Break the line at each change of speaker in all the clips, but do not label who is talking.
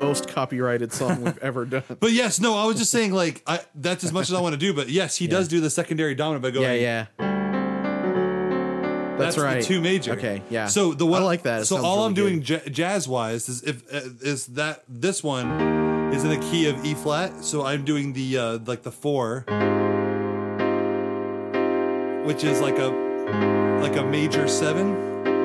most copyrighted song we've ever done.
But yes, no, I was just saying like I, that's as much as I want to do. But yes, he does do the secondary dominant by going.
Yeah, yeah. That's,
That's,
right.
The two major.
Okay, yeah.
So the one
I like that. It
So
sounds
all
really
I'm
good.
doing j- jazz wise is if uh, is that this one is in a key of E flat. So I'm doing the uh, like the four, which is like a like a major seven,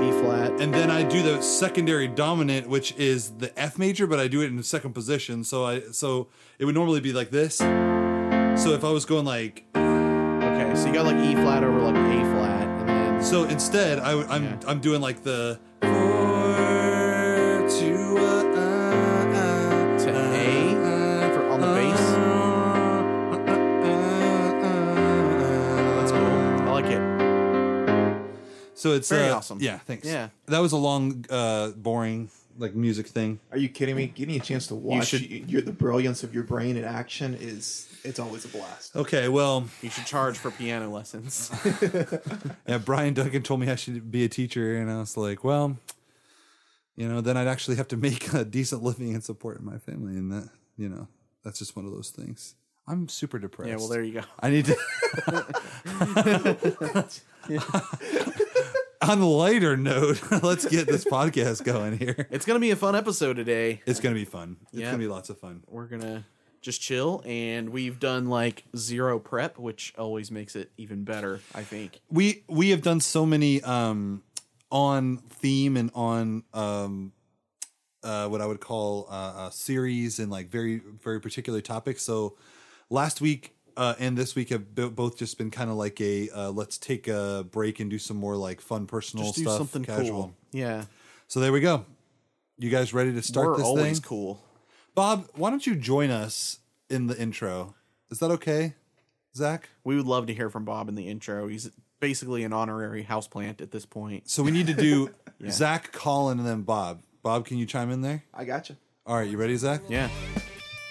E flat.
and then I do the secondary dominant, which is the F major, but I do it in the second position. So I so it would normally be like this. So if I was going like
Okay, so you got like E flat over like A flat, and then
So instead, I, am
Yeah.
I'm doing like the four to a
To A for- on the bass? that's cool. I like it.
So it's
Very
uh,
awesome.
Yeah, thanks.
Yeah.
that was a long, uh, boring like music thing.
Are you kidding me? Getting a chance to watch
should-
y- your, the brilliance of your brain in action is it's always a blast.
Okay, well,
You should charge for piano lessons.
yeah, Brian Duncan told me I should be a teacher, and I was like, well, you know, then I'd actually have to make a decent living and support my family, and that, you know, that's just one of those things. I'm super depressed.
yeah, well, there you go.
I need to. On a lighter note, let's get this podcast going here.
It's gonna be a fun episode today.
It's gonna be fun. It's
Yeah.
gonna be lots of fun.
We're gonna just chill, and we've done like zero prep, which always makes it even better. I think.
We we have done so many um on theme and on um uh what I would call uh, uh series and like very very particular topics. So last week uh and this week have bo- both just been kind of like a uh, let's take a break and do some more like fun personal
Just do
stuff,
something
casual.
cool. Yeah,
So there we go. You guys ready to start
we're
this
always
thing?
cool.
Bob, why don't you join us in the intro? Is that okay, Zach?
We would love to hear from Bob in the intro. He's basically an honorary houseplant at this point.
So we need to do Zach, Colin, and then Bob. Bob, can you chime in there?
I gotcha.
All right, you ready, Zach?
Yeah.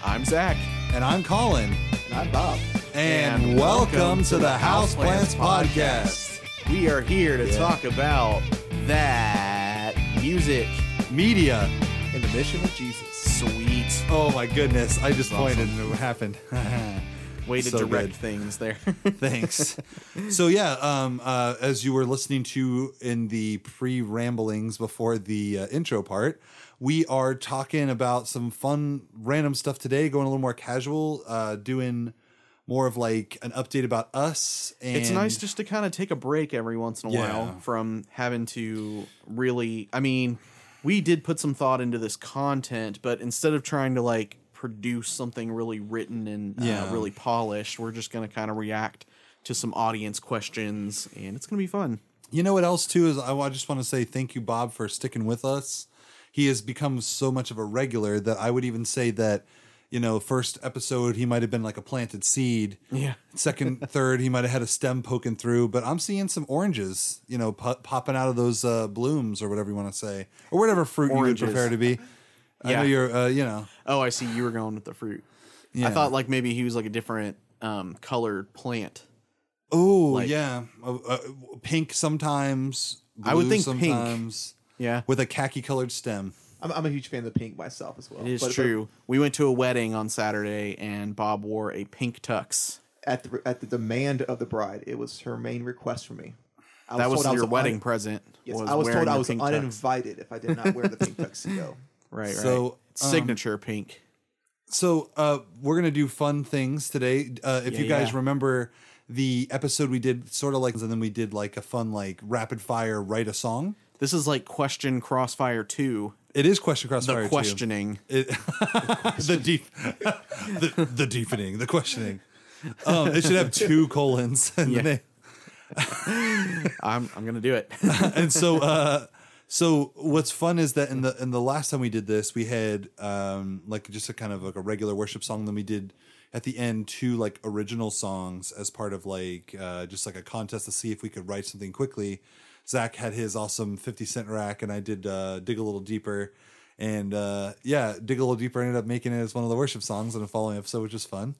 I'm Zach.
And I'm Colin.
And I'm Bob.
And,
And
welcome,
welcome
to the Houseplants
Houseplants
Podcast.
We are here to
Yeah.
talk about that music.
Media.
In the mission of Jesus.
Sweet
Oh my goodness, I just
awesome.
pointed and it happened.
way to
So
direct
good.
things there.
Thanks. so yeah, um, uh, as you were listening to in the pre ramblings before the uh, intro part, we are talking about some fun random stuff today. Going a little more casual, uh, doing more of like an update about us. And
it's nice just to kind of take a break every once in a
Yeah.
while from having to really I mean, we did put some thought into this content, but instead of trying to like produce something really written and
Yeah.
uh, really polished, we're just going to kind of react to some audience questions and it's going to be fun.
You know what else too is I, I just want to say thank you, Bob, for sticking with us. He has become so much of a regular that I would even say that, you know, first episode he might have been like a planted seed.
Yeah.
Second, third, he might have had a stem poking through, but I'm seeing some oranges, you know, po- popping out of those uh, blooms or whatever you want to say, or whatever fruit
Oranges.
you would prefer to be. I
Yeah.
know you're, uh, you know,
Oh, I see. You were going with the fruit.
Yeah.
I thought like maybe he was like a different um, colored plant.
oh yeah, uh, uh, pink sometimes.
I would
blue
think pink. Yeah,
with a khaki colored stem.
I'm, I'm a huge fan of the pink myself as well.
it is
But- but
true. we went to a wedding on Saturday, and Bob wore a pink tux.
At the at the demand of the bride, it was her main request for me. I
That was
told I
your
un-
wedding present.
Yes, I was
wearing
told I
the
was
pink tux.
uninvited if I did not wear the pink tuxedo.
Right, right.
So, um,
signature pink.
So uh, we're gonna do fun things today. Uh, if
Yeah,
you guys
yeah.
remember the episode we did, sort of like, and then we did like a fun like rapid fire write a song.
This is like question crossfire two.
It is question
The
crossfire. too.
questioning.
It- the deep, the, the deepening, the questioning. Um, it should have two colons. in the
Yeah.
name.
I'm I'm gonna do it.
and so uh so what's fun is that in the in the last time we did this we had um like just a kind of like a regular worship song then we did at the end two like original songs as part of like uh just like a contest to see if we could write something quickly zach had his awesome 50 cent rack and i did uh dig a little deeper and uh yeah dig a little deeper ended up making it as one of the worship songs in the following episode which was fun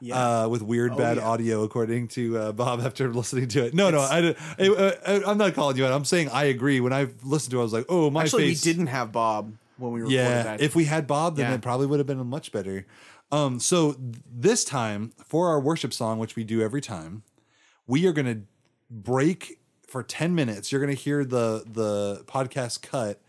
yeah. uh with weird bad
yeah.
audio according to uh, bob after listening to it uh, no no I, don't- I, I i'm not calling you out i'm saying i agree when i listened to it i was like oh my
Actually, we
face
didn't have Bob. when we recorded
Yeah,
that.
if we had Bob, then
Yeah.
it probably would have been much better. Um, so th- this time for our worship song, which we do every time, we are going to break for ten minutes. You're going to hear the the podcast cut.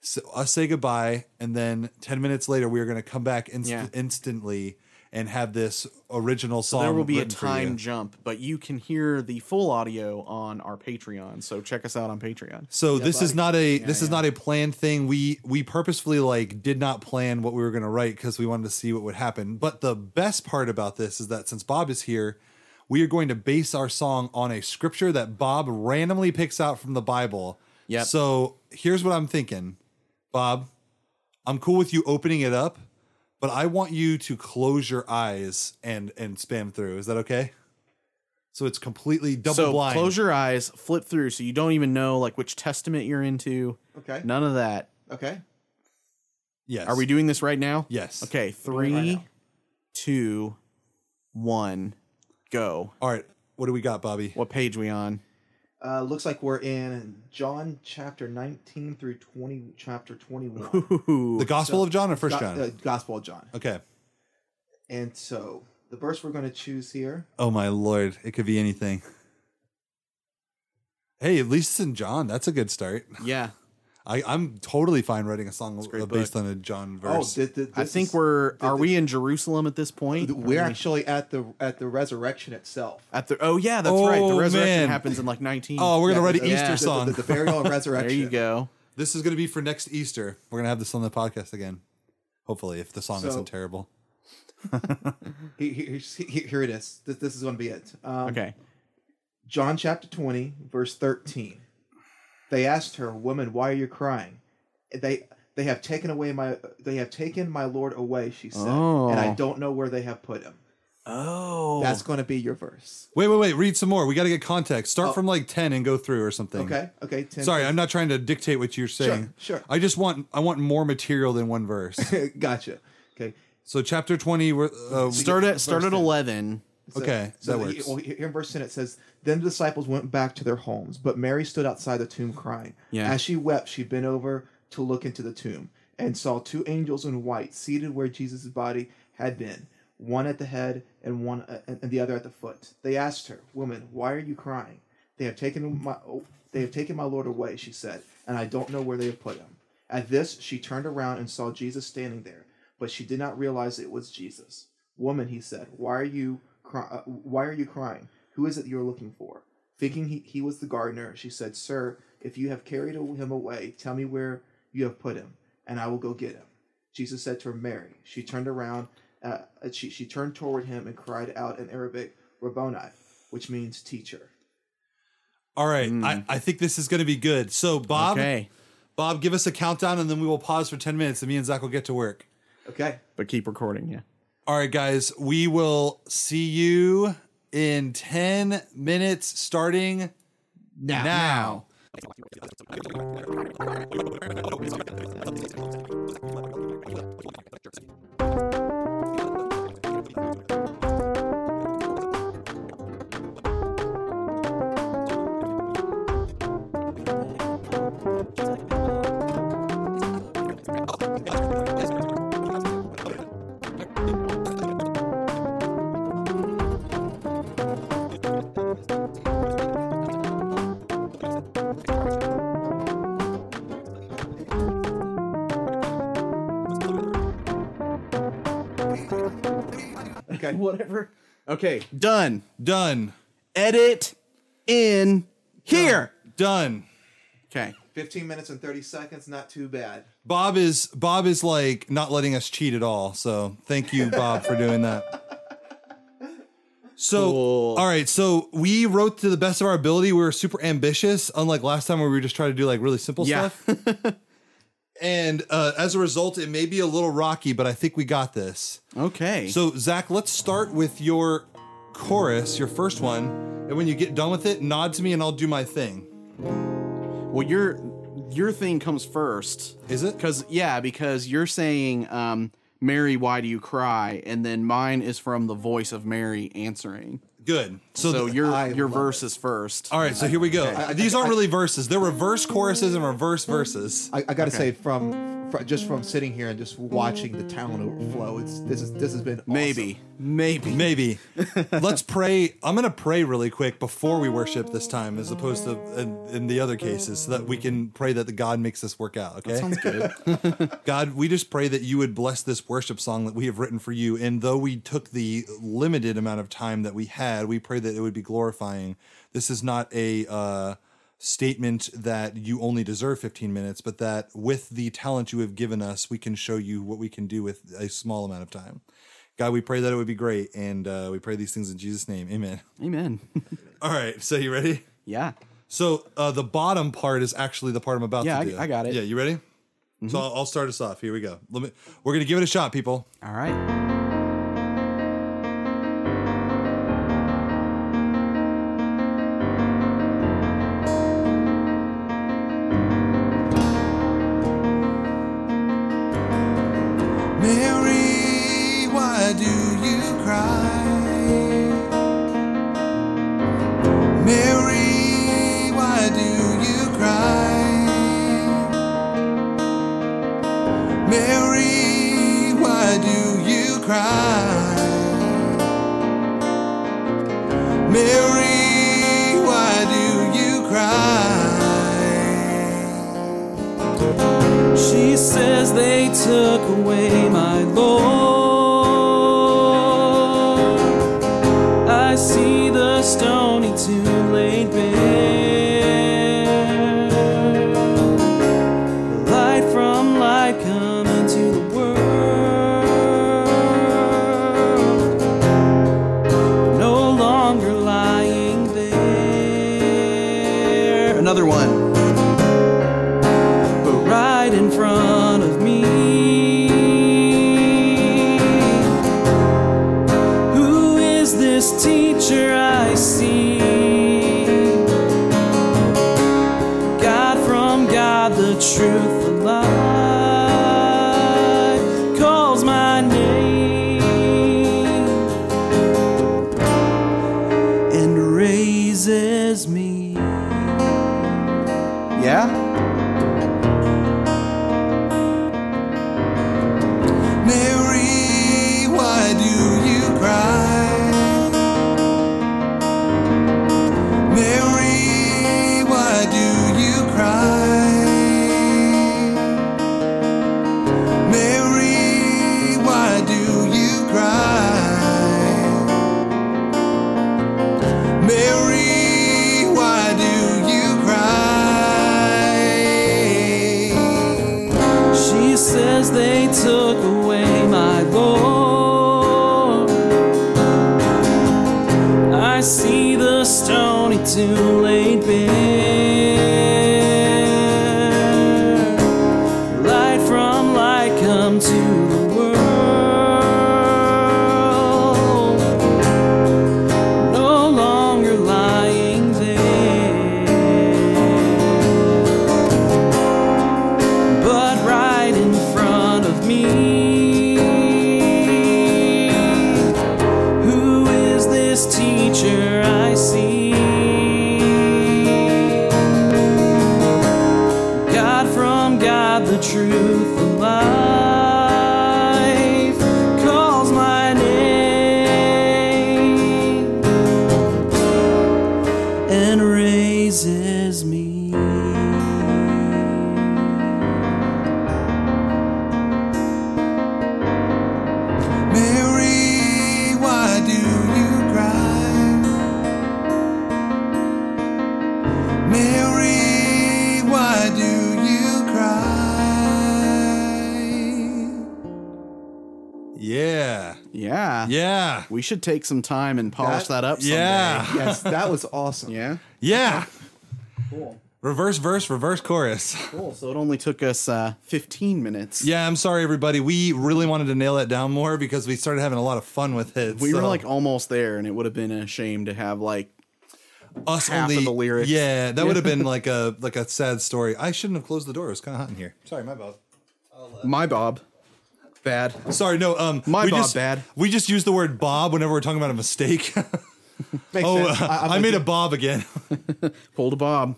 So us say goodbye, and then ten minutes later, we are going to come back inst-
Yeah.
instantly and have this original song.
there will be a
written for you.
time jump, but you can hear the full audio on our Patreon. So check us out on Patreon.
So this is not a this is not a planned thing. We we purposefully like did not plan what we were going to write because we wanted to see what would happen. But the best part about this is that since Bob is here, we are going to base our song on a scripture that Bob randomly picks out from the Bible.
Yep.
So here's what I'm thinking, Bob. I'm cool with you opening it up, but I want you to close your eyes and and spam through. Is that okay? So it's completely double
so
blind.
close your eyes, flip through, so you don't even know like which testament you're into.
Okay.
None of that.
Okay.
yes.
Are we doing this right now?
Yes.
Okay,
doing it right
three,
now.
two, one, go.
All right. What do we got, Bobby?
What page we on?
Uh, looks like we're in John chapter 19 through 20, chapter 21.
Ooh.
The Gospel of John or First
Go-
John?
uh, Gospel of John.
okay.
And so the verse we're going to choose here.
Oh my lord, it could be anything. Hey, at least it's in John. That's a good start.
yeah,
I, I'm totally fine writing a song
great
uh, based on a John verse.
Oh, th- th-
I
this
think
is-
we're.
the-
are
the-
we in Jerusalem at this point?
th- we're actually at the at the resurrection itself.
at the. Oh yeah, that's right. The
Oh,
resurrection
man.
happens in like nineteen.
oh, we're gonna
Yeah,
write
the-
an
the-
Easter
yeah.
the- the-
song.
The, the burial and
there
resurrection.
you go.
this is gonna be for next Easter. We're gonna have this on the podcast again. Hopefully, if the song
So-
isn't terrible.
He- he- here's- he- Here, it is. This, this is going to be it. Um,
Okay.
John chapter 20, verse 13. They asked her, "Woman, why are you crying?" They they have taken away my they have taken my Lord away, she said,
Oh.
and I don't know where they have put him.
Oh,
That's going to be your verse.
Wait, wait, wait. Read some more. We got to get context. Start from like ten and go through or something.
Oh. Okay, okay. 10,
Sorry, I'm not trying to dictate what you're saying.
sure.
I just want I want more material than one verse.
gotcha. Okay,
So chapter twenty, we're, uh,
start at start at eleven.
okay,
So
that
the-
works.
well, here in verse 10 it says, Then the disciples went back to their homes, but Mary stood outside the tomb crying.
Yeah.
As she wept, she bent over to look into the tomb and saw two angels in white seated where Jesus' body had been, one at the head and one uh, and and the other at the foot. They asked her, Woman, why are you crying? They have taken my oh, they have taken my Lord away, she said, and I don't know where they have put him. At this she turned around and saw Jesus standing there, but she did not realize it was Jesus. Woman, he said, why are you cry- uh, why are you crying? Who is it you are looking for? Thinking he, he was the gardener, she said, Sir, if you have carried him away, tell me where you have put him, and I will go get him. Jesus said to her, Mary. She turned around, uh, she, she turned toward him and cried out in Arabic, Rabboni, which means teacher.
All right, I, I think this is going to be good. So Bob,
Hmm. Okay,
Bob, give us a countdown, and then we will pause for ten minutes, and me and Zach will get to work.
Okay.
but keep recording. Yeah.
All right, guys, we will see you in ten minutes, starting now.
Okay.
Whatever. Okay, done.
Done.
Edit in here.
Done.
Okay.
15 minutes and 30 seconds, not too bad.
Bob is Bob is like not letting us cheat at all. So thank you, Bob, for doing that. So
Cool.
all right, so we wrote to the best of our ability. We were super ambitious, unlike last time where we were just trying to do like really simple
Yeah.
stuff. and uh, as a result, it may be a little rocky, but I think we got this.
Okay.
So Zach, let's start with your chorus, your first one, and when you get done with it, nod to me and I'll do my thing.
well, your your thing comes first.
Is it?
Because yeah, because you're saying, um, Mary, why do you cry? And then mine is from the voice of Mary answering.
Good. So,
So,
th-
your
I
your
love
verse is first.
All right, so here Uh, we go. These aren't really verses. They're reverse choruses and reverse verses.
I, I got to say, from fr- just from sitting here and just watching the town overflow. It's this is this has been awesome.
Maybe. Maybe.
Maybe. Let's pray. I'm going to pray really quick before we worship this time, as opposed to in, in the other cases, so that we can pray that the God makes this work out. Okay.
Sounds good.
God, we just pray that you would bless this worship song that we have written for you. And though we took the limited amount of time that we had, we pray that it would be glorifying. This is not a uh, statement that you only deserve 15 minutes, but that with the talent you have given us, we can show you what we can do with a small amount of time. God, we pray that it would be great. And uh, we pray these things in Jesus' name. Amen.
Amen.
All right. So, you ready?
yeah.
So uh, the bottom part is actually the part I'm about
Yeah,
to
I-
do.
I got it. Mm-hmm.
Yeah, you ready? So I'll, I'll start us off. Here we go. Let me. We're gonna give it a shot, people.
All right.
Mary, why do you cry? Mary, why do you cry? Mary, why do you cry? Mary, why do you cry?
She says they took away my Lord. I see the stony tomb laid bare. Light from light come into the world. No longer lying there. Another one but right in front of me. Who is this teacher I see? God from God, the truth, the light, calls my name and raises me.
Yeah.
Mary, why do you cry? Mary, why do you cry? Mary, why do you cry? Mary, why do you cry?
She says they took away my Lord. I see the stony tomb laid bare. Light from light come to the world. No longer lying there but right in front of me. Who is this teacher I see? God from God, the truth, the life, calls my name and raises me.
Mary, why do you cry? Mary, why do you cry? Yeah.
Yeah.
Yeah.
We should take some time and polish
That-
that, up someday.
Yeah.
Yes, that was awesome.
Yeah.
Yeah.
Cool.
Reverse verse, reverse chorus.
Cool. So it only took us uh, 15 minutes.
Yeah, I'm sorry, everybody. We really wanted to nail that down more because we started having a lot of fun with it.
We were
so-
like almost there, and it would have been a shame to have like
us
half of
only
the lyrics.
Yeah, that would have been like a like a sad story. I shouldn't have closed the door. It was kind of hot in here. Sorry, my bad.
my Bob. Bad.
Sorry, no. Um,
My
we
Bob
just,
bad.
We just use the word Bob whenever we're talking about a mistake.
Makes
oh,
sense.
uh, I,
I'm
made
with
a Bob again.
Pulled a Bob.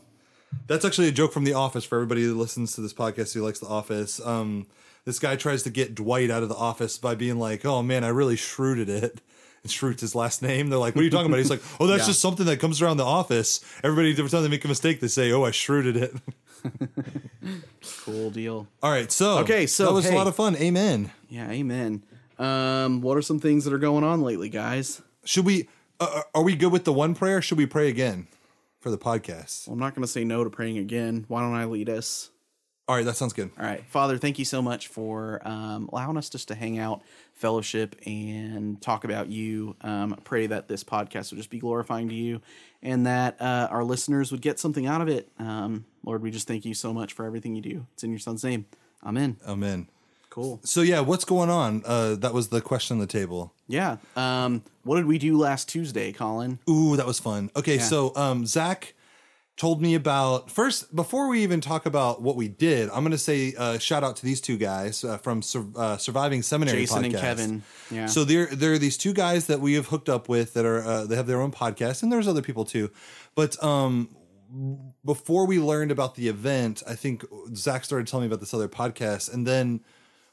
That's actually a joke from The Office for everybody who listens to this podcast who likes The Office. Um, this guy tries to get Dwight out of The Office by being like, "Oh man, I really shrewded it." And Shroot's his last name. They're like, "What are you talking about?" He's like, "Oh, that's
Yeah.
just something that comes around the office. Everybody every time they make a mistake, they say, "Oh, I shrewded it."
Cool deal.
All right, so
Okay, so,
that was
hey.
a lot of fun. Amen.
Yeah, amen. Um, what are some things that are going on lately, guys?
Should we? Uh, are we good with the one prayer? Should we pray again for the podcast?
I'm not going to say no to praying again. Why don't I lead us?
All right, that sounds good.
All right. Father, thank you so much for um, allowing us just to hang out, fellowship, and talk about you. Um, I pray that this podcast would just be glorifying to you and that uh, our listeners would get something out of it. Um, Lord, we just thank you so much for everything you do. It's in your son's name. Amen.
Amen.
Cool.
So yeah, what's going on? Uh, that was the question on the table.
Yeah. Um, what did we do last Tuesday, Colin?
Ooh, that was fun. Okay, so um, Zach told me about first before we even talk about what we did. I'm gonna say uh, shout out to these two guys uh, from Sur- uh, Surviving Seminary.
Jason and
podcast.
Kevin. Yeah.
So there, there are these two guys that we have hooked up with that are uh, they have their own podcast, and there's other people too. But um, before we learned about the event, I think Zach started telling me about this other podcast, and then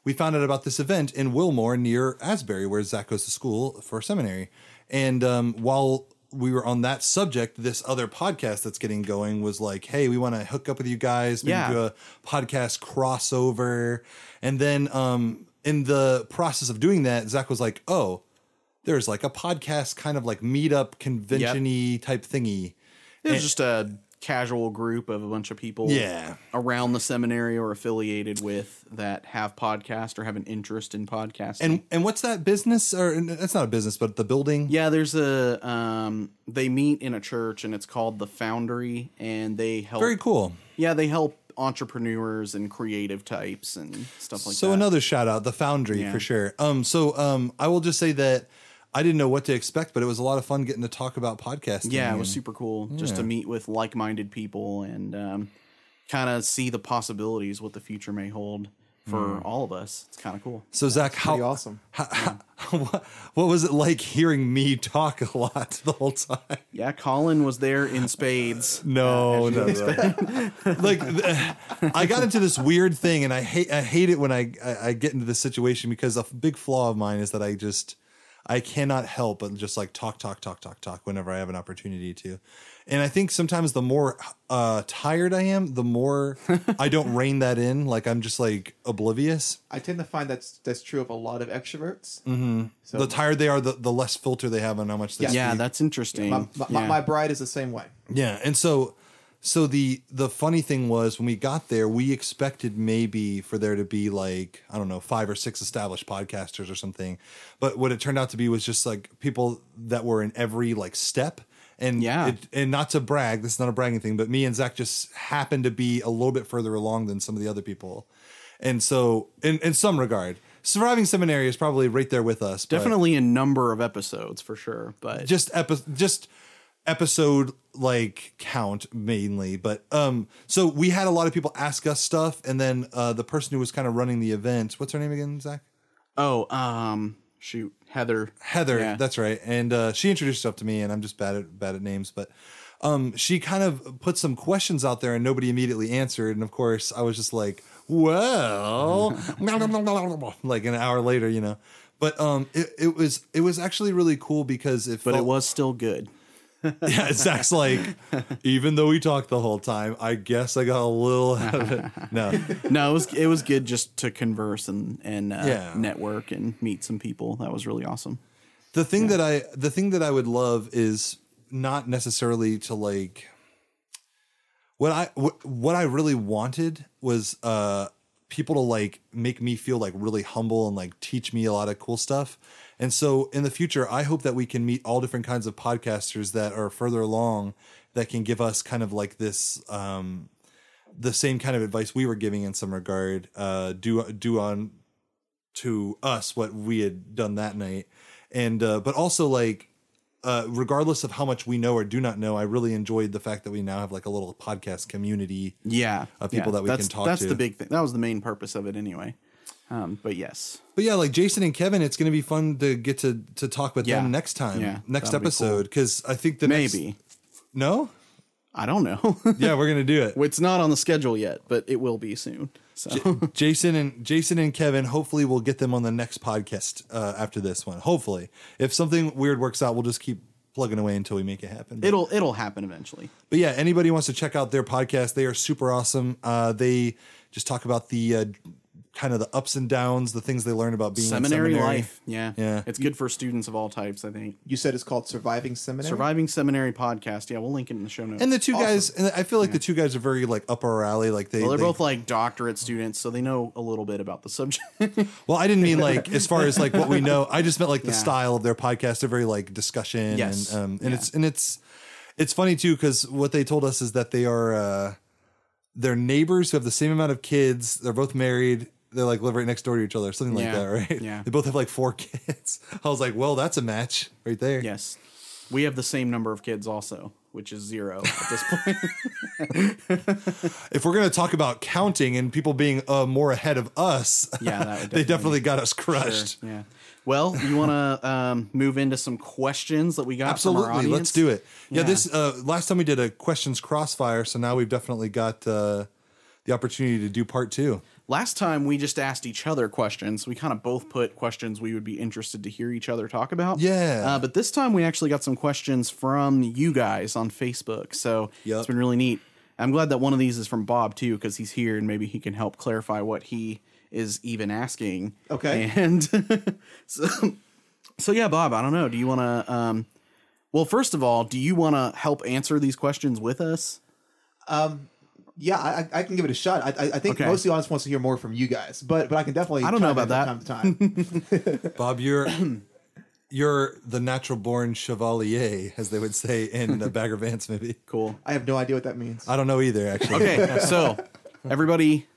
we found out about this event in Wilmore near Asbury, where Zach goes to school for seminary. And um, while we were on that subject, this other podcast that's getting going was like, "Hey, we want to hook up with you guys, maybe
Yeah.
do a podcast crossover." And then um, in the process of doing that, Zach was like, "Oh." There's like a podcast kind of like meetup convention y type thingy.
It was just a casual group of a bunch of people
Yeah.
around the seminary or affiliated with that have podcast or have an interest in podcasting.
And and what's that business or that's not a business, but the building?
yeah, there's a um they meet in a church and it's called the Foundry and they help
Very cool.
Yeah, they help entrepreneurs and creative types and stuff like
so
that.
another shout out, the Foundry
Yeah.
for sure. Um, so um, I will just say that I didn't know what to expect, but it was a lot of fun getting to talk about podcasting.
yeah, it was
and-
super cool just to meet with like-minded people and um, kind of see the possibilities what the future may hold for
Hmm.
all of us. It's kind of cool.
So Zach, how
Pretty awesome.
what, what was it like hearing me talk a lot the whole time?
Yeah, Colin was there in spades.
No, no, no. like th- I got into this weird thing, and I hate I hate it when I, I I get into this situation because a f- big flaw of mine is that I just I cannot help but just like talk talk talk talk talk whenever I have an opportunity to, and I think sometimes the more uh, tired I am, the more I don't rein that in. Like I'm just like oblivious.
I tend to find that's that's true of a lot of extroverts.
Mm-hmm.
So
The tired they are, the, the less filter they have on how much they
Yeah.
speak.
Yeah, that's interesting.
my, my,
yeah.
my bride is the same way.
Yeah, and so so the the funny thing was when we got there, we expected maybe for there to be like I don't know five or six established podcasters or something, but what it turned out to be was just like people that were in every like step. And
Yeah.
it, and not to brag, this is not a bragging thing, but me and Zach just happened to be a little bit further along than some of the other people, and so in in some regard, surviving seminary is probably right there with us. but-
Definitely a number of episodes for sure, but
just epi- just episode like count mainly but um so we had a lot of people ask us stuff and then uh the person who was kind of running the event what's her name again zach
oh, um, shoot, Heather.
heather
Yeah.
that's right and uh she introduced herself to me and i'm just bad at bad at names but um she kind of put some questions out there and nobody immediately answered and of course i was just like well like an hour later you know but um it, it was it was actually really cool because it
But
felt
it was still good.
Yeah, Zach's like, even though we talked the whole time, I guess I got a little out of it. No,
No, it was it was good just to converse and and uh,
Yeah.
network and meet some people. That was really awesome.
the thing that I the thing that I would love is not necessarily to like. What I what, what I really wanted was uh people to like make me feel like really humble and like teach me a lot of cool stuff. And so in the future, I hope that we can meet all different kinds of podcasters that are further along that can give us kind of like this um the same kind of advice we were giving in some regard uh do do on to us what we had done that night and uh but also like uh regardless of how much we know or do not know i really enjoyed the fact that we now have like a little podcast community
Yeah,
Of people
yeah.
that we
that's,
can talk
That's
to.
the big thing. That was the main purpose of it anyway. Um, but yes,
but yeah like jason and kevin it's gonna be fun to get to to talk with
Yeah.
them next time
Yeah,
next
that'll be cool.
episode because i think the next-
maybe
no
I don't know.
Yeah, we're gonna do it.
it's not on the schedule yet, but it will be soon. So
Jason and Jason and Kevin. Hopefully, we'll get them on the next podcast uh, after this one. Hopefully, if something weird works out, we'll just keep plugging away until we make it happen. But-
it'll it'll happen eventually.
But yeah, anybody who wants to check out their podcast, they are super awesome. Uh, they just talk about the uh, kind of the ups and downs, the things they learn about being in
Seminary,
seminary.
life. Yeah.
Yeah.
It's good for students of all types, I think.
You said it's called Surviving Seminary.
Surviving Seminary podcast. Yeah, we'll link it in the show notes.
And the two guys, and I feel like the two guys are very like up our alley. Like they,
well, they're
they-
both like doctorate students, so they know a little bit about the subject.
Well, I didn't mean like as far as like what we know. I just meant like the
Yeah.
style of their podcast. They're very like discussion.
Yes.
And, um, and
Yeah.
it's and it's it's funny too because what they told us is that they are uh, they're neighbors who have the same amount of kids. They're both married. They like live right next door to each other, something
Yeah.
like that, right?
Yeah.
They both have like four kids. I was like, well, that's a match right there.
yes. We have the same number of kids also, which is zero at this point.
If we're gonna talk about counting and people being uh, more ahead of us,
Yeah, that would
they
definitely-
definitely got us crushed.
Sure, Yeah. Well, you want to um, move into some questions that we got? From our
Absolutely,
audience?
let's do it. Yeah,
Yeah.
this uh, last time we did a questions crossfire, so now we've definitely got uh, the opportunity to do part two.
Last time we just asked each other questions. We kind of both put questions we would be interested to hear each other talk about.
Yeah.
Uh, but this time we actually got some questions from you guys on Facebook. So
Yep.
it's been really neat. I'm glad that one of these is from Bob too, because he's here and maybe he can help clarify what he is even asking.
Okay.
And so, so yeah, Bob, I don't know. Do you want to? Um, well, first of all, do you want to help answer these questions with us?
Yeah, I, I- I can give it a shot. I, I, I think
Okay.
most of the audience wants to hear more from you guys, but but I can definitely.
I don't know
chime in
about
from Time to time.
Bob, you're you're the natural born chevalier, as they would say in uh, Bagger Vance, maybe.
Cool.
I have no idea what that means.
I don't know either, actually.
Okay, so everybody,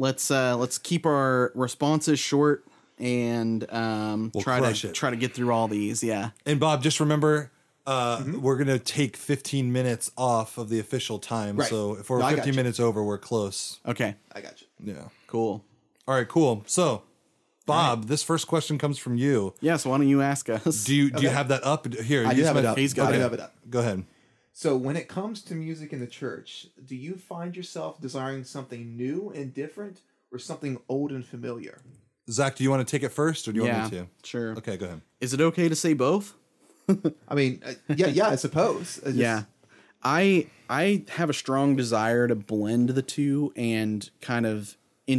let's uh let's keep our responses short and um try
crush
to
it.
try to get through all these. Yeah,
And Bob, just remember. Uh, We're gonna take 15 minutes off of the official time,
Right.
so if we're
No, I got
15
you.
minutes over, we're close.
okay,
I got you.
Yeah.
cool.
All right. Cool. So, Bob, this first question comes from you.
Yeah, so why don't you ask us?
Do you do you have that up here?
I
you
do
have
have
it
it
up.
He's got
I
it.
have it up.
Go ahead.
So, when it comes to music in the church, do you find yourself desiring something new and different, or something old and familiar?
Zach, do you want to take it first, or do you
yeah,
want me to?
sure.
Okay, go ahead.
Is it okay to say both?
I mean, uh, yeah, yeah, I suppose. I just-
Yeah. I I have a strong desire to blend the two and kind of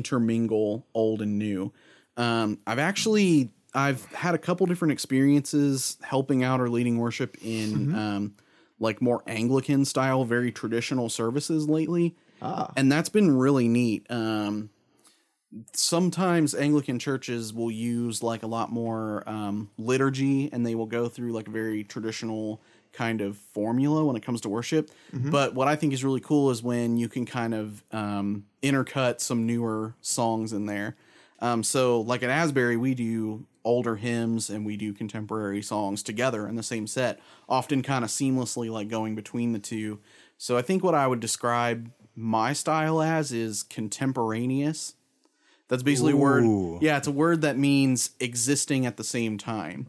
intermingle old and new. Um, I've actually I've had a couple different experiences helping out or leading worship in um, like more Anglican style, very traditional services lately,
Ah.
and that's been really neat. Um, sometimes Anglican churches will use like a lot more um, liturgy and they will go through like a very traditional kind of formula when it comes to worship. But what I think is really cool is when you can kind of um, intercut some newer songs in there. Um, so, like at Asbury, we do older hymns and we do contemporary songs together in the same set, often kind of seamlessly like going between the two. So, I think what I would describe my style as is contemporaneous that's basically a
Ooh.
word. Yeah, it's a word that means existing at the same time.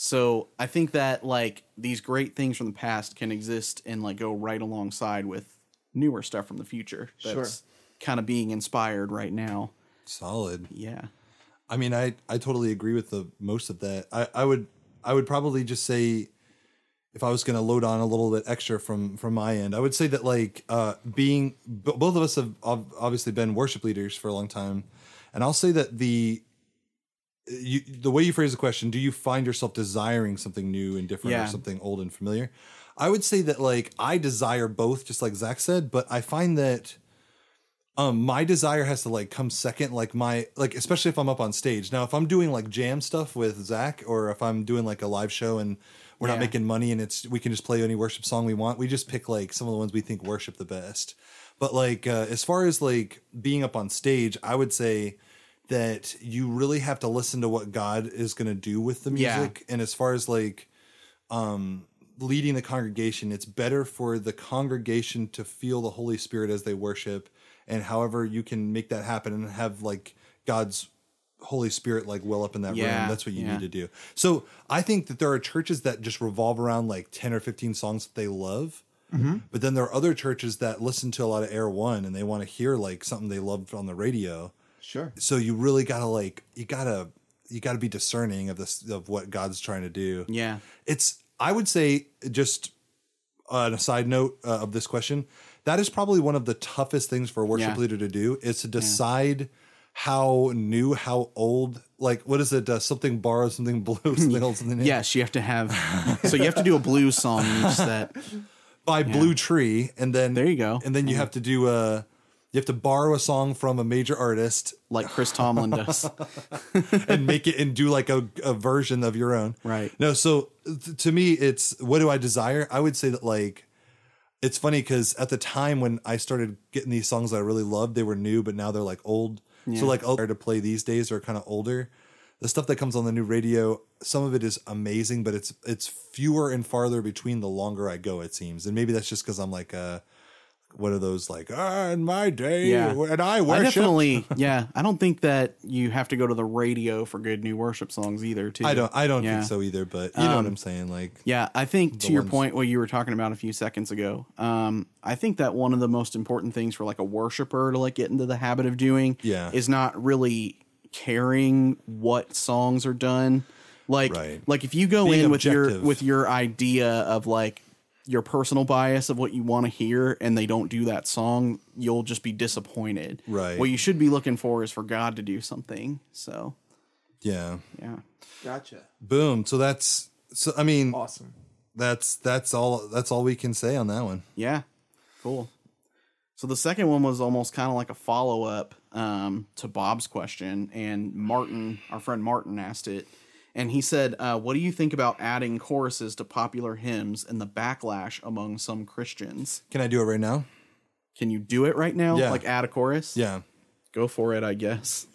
So I think that like these great things from the past can exist and like go right alongside with newer stuff from the future. That's
Sure.
kind of being inspired right now.
Solid.
Yeah.
I mean, I I totally agree with the most of that. I I would I would probably just say if I was going to load on a little bit extra from from my end, I would say that like uh being b- both of us have ob- obviously been worship leaders for a long time, and I'll say that the you, the way you phrase the question, do you find yourself desiring something new and different or
Yeah.
something old and familiar? I would say that like I desire both, just like Zach said, but I find that um my desire has to like come second like my like especially if i'm up on stage now if i'm doing like jam stuff with zach or if i'm doing like a live show and we're not
Yeah.
making money and it's we can just play any worship song we want we just pick like some of the ones we think worship the best but like uh, as far as like being up on stage i would say that you really have to listen to what god is going to do with the
Yeah.
music and as far as like leading the congregation, it's better for the congregation to feel the Holy Spirit as they worship, and however you can make that happen and have like God's Holy Spirit like well up in that room.
Yeah,
That's what you
yeah.
need to do. So I think that there are churches that just revolve around like ten or fifteen songs that they love.
Mm-hmm.
But then there are other churches that listen to a lot of Air One and they want to hear like something they loved on the radio.
Sure.
So you really gotta like you gotta you gotta be discerning of this of what God's trying to do.
Yeah.
It's I would say just on a side note uh, of this question, that is probably one of the toughest things for a worship
Yeah.
leader to do is to decide how new, how old, like what is it? Uh, something borrowed, something blue, something old, something new.
Yes, you have to have. So you have to do a blues song each set.
by Blue Tree, and then
There you go.
and then you have to do a. You have to borrow a song from a major artist
like Chris Tomlin does.
and make it and do like a, a version of your own.
Right.
No, so th- to me, it's what do I desire? I would say that like it's funny because at the time when I started getting these songs that I really loved, they were new, but now they're like old. So like all to play these days are kind of older. The stuff that comes on the new radio, some of it is amazing, but it's it's fewer and farther between the longer I go, it seems. And maybe that's just because I'm like uh one of those like ah, in my day
Yeah.
and I
I
worship.
definitely, yeah. I don't think that you have to go to the radio for good new worship songs either. Too.
I don't I don't
Yeah. Um,
think so either, but you know what I'm saying. Like
Yeah, I think to your
ones-
point, what you were talking about a few seconds ago, um, I think that one of the most important things for like a worshiper to like get into the habit of doing,
Yeah.
is not really caring what songs are done. Like,
Right.
like if you go
Being
in with your
objective.
with your idea of like your personal bias of what you want to hear, and they don't do that song, you'll just be disappointed.
Right.
What you should be looking for is for God to do something. So,
Yeah.
yeah,
Gotcha.
Boom. So that's so I mean
Awesome.
that's that's all that's all we can say on that one.
Yeah. Cool. So the second one was almost kind of like a follow up um, to Bob's question. And Martin, our friend Martin, asked it. And he said, uh, What do you think about adding choruses to popular hymns and the backlash among some Christians?
Can I do it right now?
Can you do it right now?
Yeah.
Like add a chorus?
Yeah.
Go for it, I guess.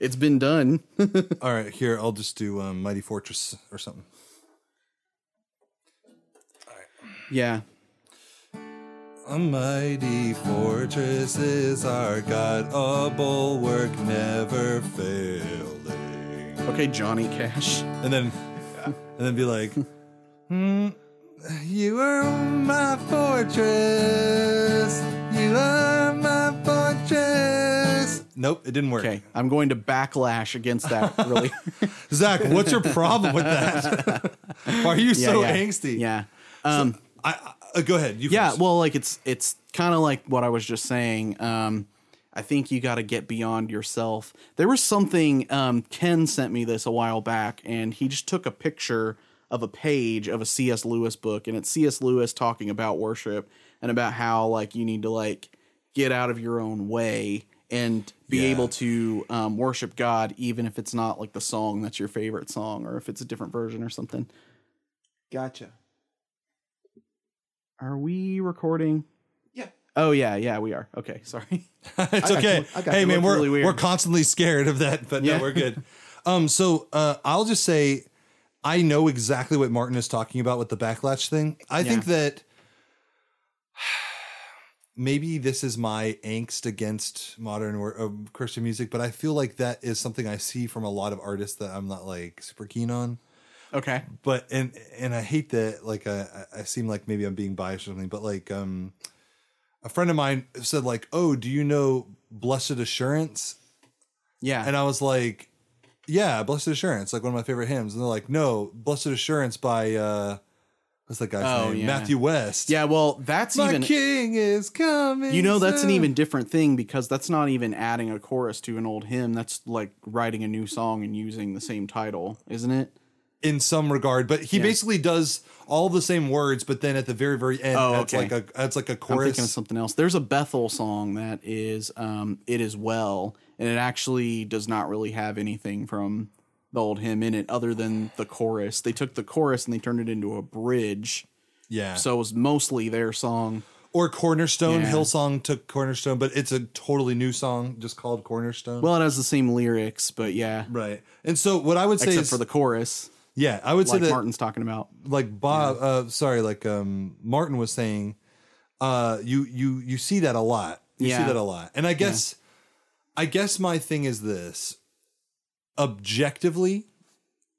It's been done.
All right, here I'll just do um, Mighty Fortress or something.
yeah.
A mighty fortress is our God, a bulwark never failing.
Okay, Johnny Cash.
and then and then be like, "Hmm, "You are my fortress. You are my fortress." Nope, it didn't work.
Okay, I'm going to backlash against that really.
Zach, what's your problem with that? Why are you so
yeah.
angsty?
Yeah. Um,
I, I, uh, go ahead. You
Yeah,
first.
well, like it's it's kind of like what I was just saying. Um, I think you got to get beyond yourself. There was something um, Ken sent me this a while back, and he just took a picture of a page of a C.S. Lewis book, and it's C.S. Lewis talking about worship and about how like you need to like get out of your own way and be
Yeah.
able to um, worship God, even if it's not like the song that's your favorite song, or if it's a different version or something.
Gotcha.
Are we recording?
Yeah.
Oh yeah, yeah, we are. Okay, sorry.
it's
I got
okay.
you. I got
hey
you.
man,
Looked
we're
really weird.
we're constantly scared of that, but
Yeah.
no, we're good. um, so uh, I'll just say, I know exactly what Martin is talking about with the backlash thing. I think that maybe this is my angst against modern wor- uh, Christian music, but I feel like that is something I see from a lot of artists that I'm not like super keen on.
Okay.
but and and I hate that like I I I seem like maybe I'm being biased or something, but like um a friend of mine said like, "Oh, do you know Blessed Assurance?"
Yeah.
And I was like, "Yeah, Blessed Assurance, like one of my favorite hymns." And they're like, "No, Blessed Assurance by uh what's that guy's
Oh,
name?
yeah.
Matthew West."
yeah, well, that's
My
even
king is coming.
you know that's an
soon.
even different thing because that's not even adding a chorus to an old hymn. That's like writing a new song and using the same title, isn't it?
in some regard, but he basically does all the same words, but then at the very very end,
Oh,
adds
okay.
like a adds like a
I'm thinking of
chorus.
something else. There's a Bethel song that is um it is well and it actually does not really have anything from the old hymn in it other than the chorus. They took the chorus and they turned it into a bridge.
Yeah.
So it was mostly their song.
or Cornerstone.
Yeah.
Hillsong took Cornerstone, but it's a totally new song, just called Cornerstone.
Well, it has the same lyrics, but yeah,
right. And so what I would say
except
is,
for the chorus
yeah, I would say
like
that
Martin's talking about.
like Bob, uh, sorry, like um, Martin was saying, uh, you you you see that a lot. You see
Yeah.
that a lot, and I guess, I guess my thing is this: objectively,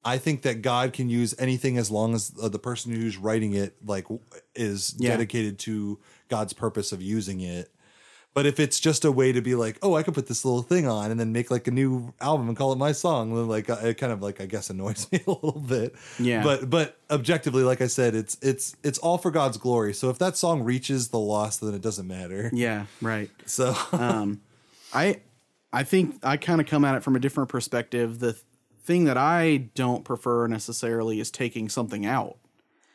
I think that God can use anything as long as uh, the person who's writing it like w- is
Yeah.
dedicated to God's purpose of using it. But if it's just a way to be like, oh, I could put this little thing on and then make like a new album and call it my song, then like uh, it kind of like I guess annoys me a little bit.
Yeah.
But but objectively, like I said, it's it's it's all for God's glory. So if that song reaches the lost, then it doesn't matter.
Yeah, Uh, right.
So
I I think I kind of come at it from a different perspective. The th- thing that I don't prefer necessarily is taking something out.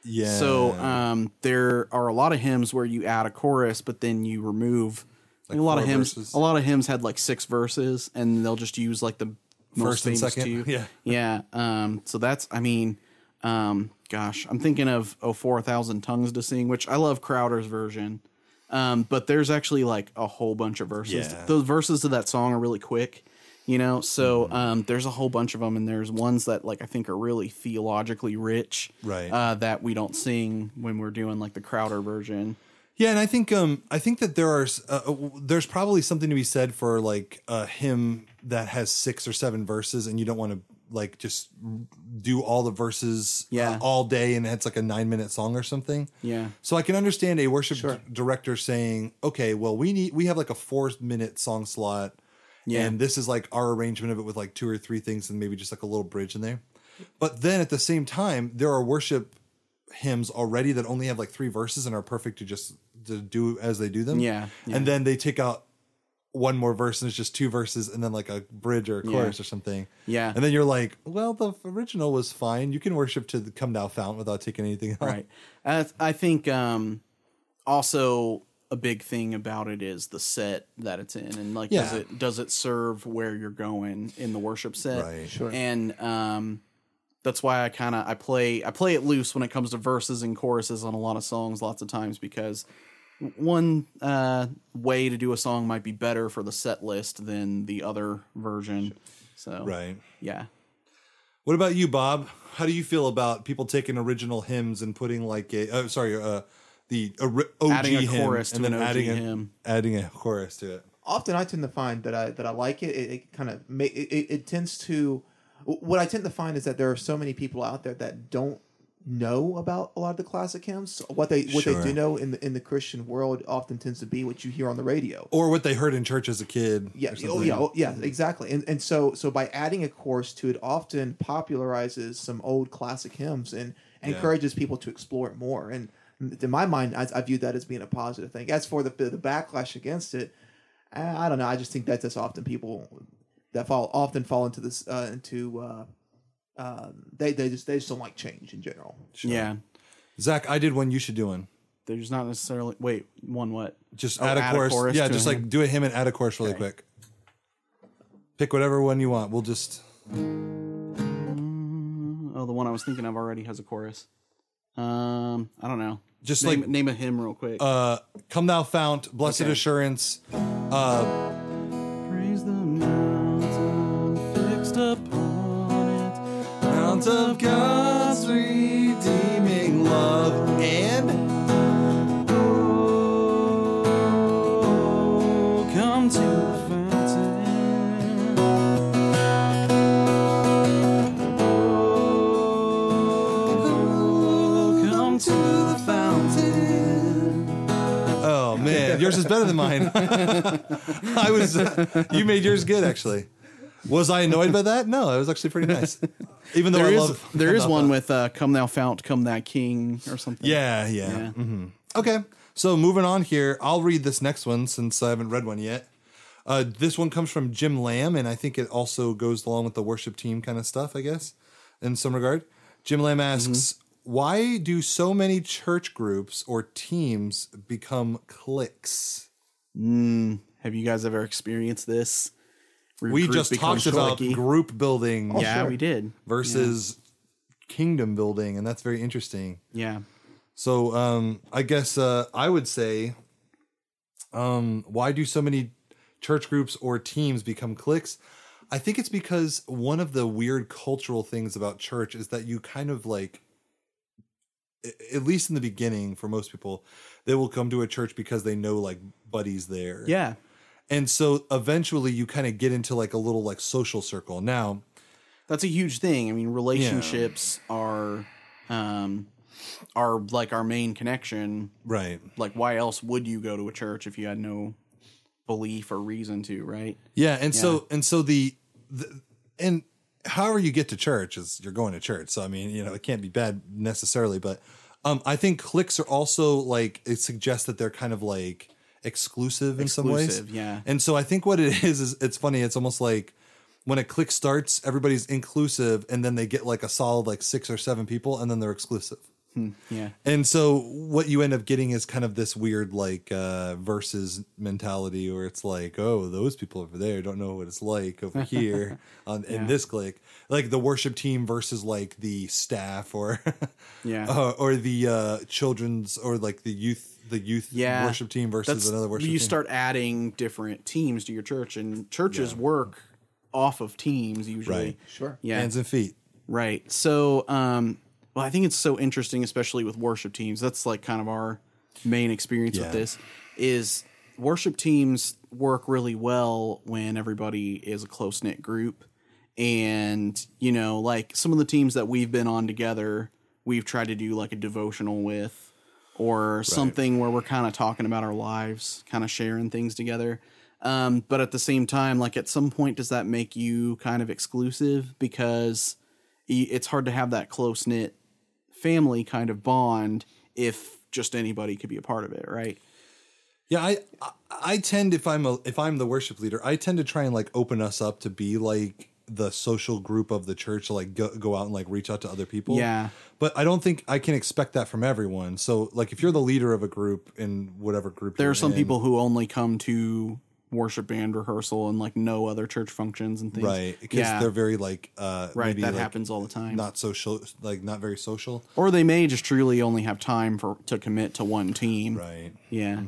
yeah.
So um, there are a lot of hymns where you add a chorus, but then you remove. I mean, a lot
four
of hymns.
verses.
A lot of hymns had like six verses, and they'll just use like the most
First and
famous
second,
two.
yeah.
yeah. Um, so that's. I mean, um, gosh, I'm thinking of oh four thousand tongues to sing, which I love Crowder's version. Um, but there's actually like a whole bunch of verses.
Yeah.
Those verses to that song are really quick, you know. So
Mm-hmm.
um, there's a whole bunch of them, and there's ones that like I think are really theologically rich,
Right.
Uh, that we don't sing when we're doing like the Crowder version.
Yeah, and I think um I think that there are s- uh, uh, w- there's probably something to be said for like a hymn that has six or seven verses, and you don't want to like just do all the verses uh,
Yeah.
all day, and it's like a nine minute song or something.
Yeah.
So I can understand a worship d- director saying, okay, well we need we have like a four minute song slot,
Yeah.
and this is like our arrangement of it with like two or three things, and maybe just like a little bridge in there. But then at the same time, there are worship hymns already that only have like three verses and are perfect to just to do as they do them.
Yeah, yeah.
And then they take out one more verse and it's just two verses and then like a bridge or a chorus or something.
Yeah.
And then you're like, well, the original was fine. You can worship to the Come Thou Fount without taking anything out.
right. I, I think um, also a big thing about it is the set that it's in, and like does
Yeah.
it does it serve where you're going in the worship set?
Right.
Sure.
And um, that's why I kind of I play I play it loose when it comes to verses and choruses on a lot of songs, lots of times because w- one uh, way to do a song might be better for the set list than the other version. So
Right.
yeah.
What about you, Bob? How do you feel about people taking original hymns and putting like a oh, sorry, uh, the ori- OG
Adding a
hymn
chorus to
and
an
then
OG
adding a,
hymn.
adding a chorus to it?
often I tend to find that I that I like it. It, it kind of ma- it, it, it tends to. What I tend to find is that there are so many people out there that don't know about a lot of the classic hymns. What they what
Sure.
they do know in the in the Christian world often tends to be what you hear on the radio.
or what they heard in church as a kid.
Yeah,
or
oh,
something.
yeah, oh, yeah, exactly. And and so so by adding a chorus to it, often popularizes some old classic hymns and encourages people to explore it more. And in my mind, I, I view that as being a positive thing. As for the the backlash against it, I, I don't know. I just think that's just often people that fall often fall into this uh, into uh, um, they they just they just don't like change in general.
Yeah.
Zach, I did one. You should do one.
There's not necessarily wait, one what?
Just
Oh,
add, a, chorus. Yeah,
to
just
a
like
hymn.
do a hymn and add a chorus really quick. Pick whatever one you want. We'll just
Oh, the one I was thinking of already has a chorus. Um, I don't know.
Just
name,
like-
name a hymn real quick.
uh, "Come Thou Fount," "Blessed
Okay.
Assurance."
Praise the mountain fixed upon it.
Mount of God's redeeming love and
Oh, come to the fountain. Oh, come to the fountain.
oh man, yours is better than mine. I was you made yours good actually. Was I annoyed by that? No, it was actually pretty nice. Even though
There
I
is
love
there is
Come Thou
one
Fount.
with uh, "Come Thou Fount, Come Thou King" or something.
Yeah, yeah. Mm-hmm.
Yeah.
Okay. So moving on here, I'll read this next one since I haven't read one yet. Uh, this one comes from Jim Lamb, and I think it also goes along with the worship team kind of stuff, I guess, in some regard. Jim Lamb asks,
Mm-hmm.
Why do so many church groups or teams become cliques?
Have you guys ever experienced this? Where your
We
group
just
becomes
talked about
cliquey?
group building
yeah, we did.
versus kingdom building, and that's very interesting.
Yeah,
So um I guess uh I would say um why do so many church groups or teams become cliques? I think it's because one of the weird cultural things about church is that you kind of like a- at least in the beginning for most people they will come to a church because they know like buddies there
yeah,
and so eventually you kind of get into like a little like social circle now
that's a huge thing. I mean, relationships are um are like our main connection.
Right.
Like why else would you go to a church if you had no belief or reason to, right?
Yeah, and so and so the, the and however you get to church is you're going to church. So I mean, you know, it can't be bad necessarily, but um I think clicks are also like it suggests that they're kind of like exclusive in some
Exclusive,
ways.
yeah.
And so I think what it is is it's funny, it's almost like when a click starts, everybody's inclusive and then they get like a solid like 6 or 7 people and then they're exclusive.
Yeah.
And so what you end up getting is kind of this weird like uh versus mentality where it's like, oh, those people over there don't know what it's like over here on in this clique. Like the worship team versus like the staff or
Yeah.
uh, or the uh children's or like the youth the youth
Yeah.
worship team versus
That's-
another worship
You
team.
start adding different teams to your church and churches work off of teams usually.
Right.
Sure.
Yeah.
hands and feet.
Right. So, um, well, I think it's so interesting, especially with worship teams. That's like kind of our main experience
Yeah.
with this is worship teams work really well when everybody is a close knit group. And, you know, like some of the teams that we've been on together, we've tried to do like a devotional with or something where we're kind of talking about our lives, kind of sharing things together. Um, but at the same time, like at some point, does that make you kind of exclusive? Because y- e, it's hard to have that close knit family kind of bond if just anybody could be a part of it, right?
Yeah, I, I I tend if I'm a if I'm the worship leader, I tend to try and like open us up to be like the social group of the church, to, like go, go out and like reach out to other people.
Yeah.
But I don't think I can expect that from everyone. So like if you're the leader of a group in whatever group
There
you're
are some
in-
people who only come to worship band rehearsal and like no other church functions and things.
right because
Yeah.
they're very like uh
right.
maybe,
That
like,
happens all the time.
not social like not very social
or they may just truly only have time for to commit to one team.
right
Yeah.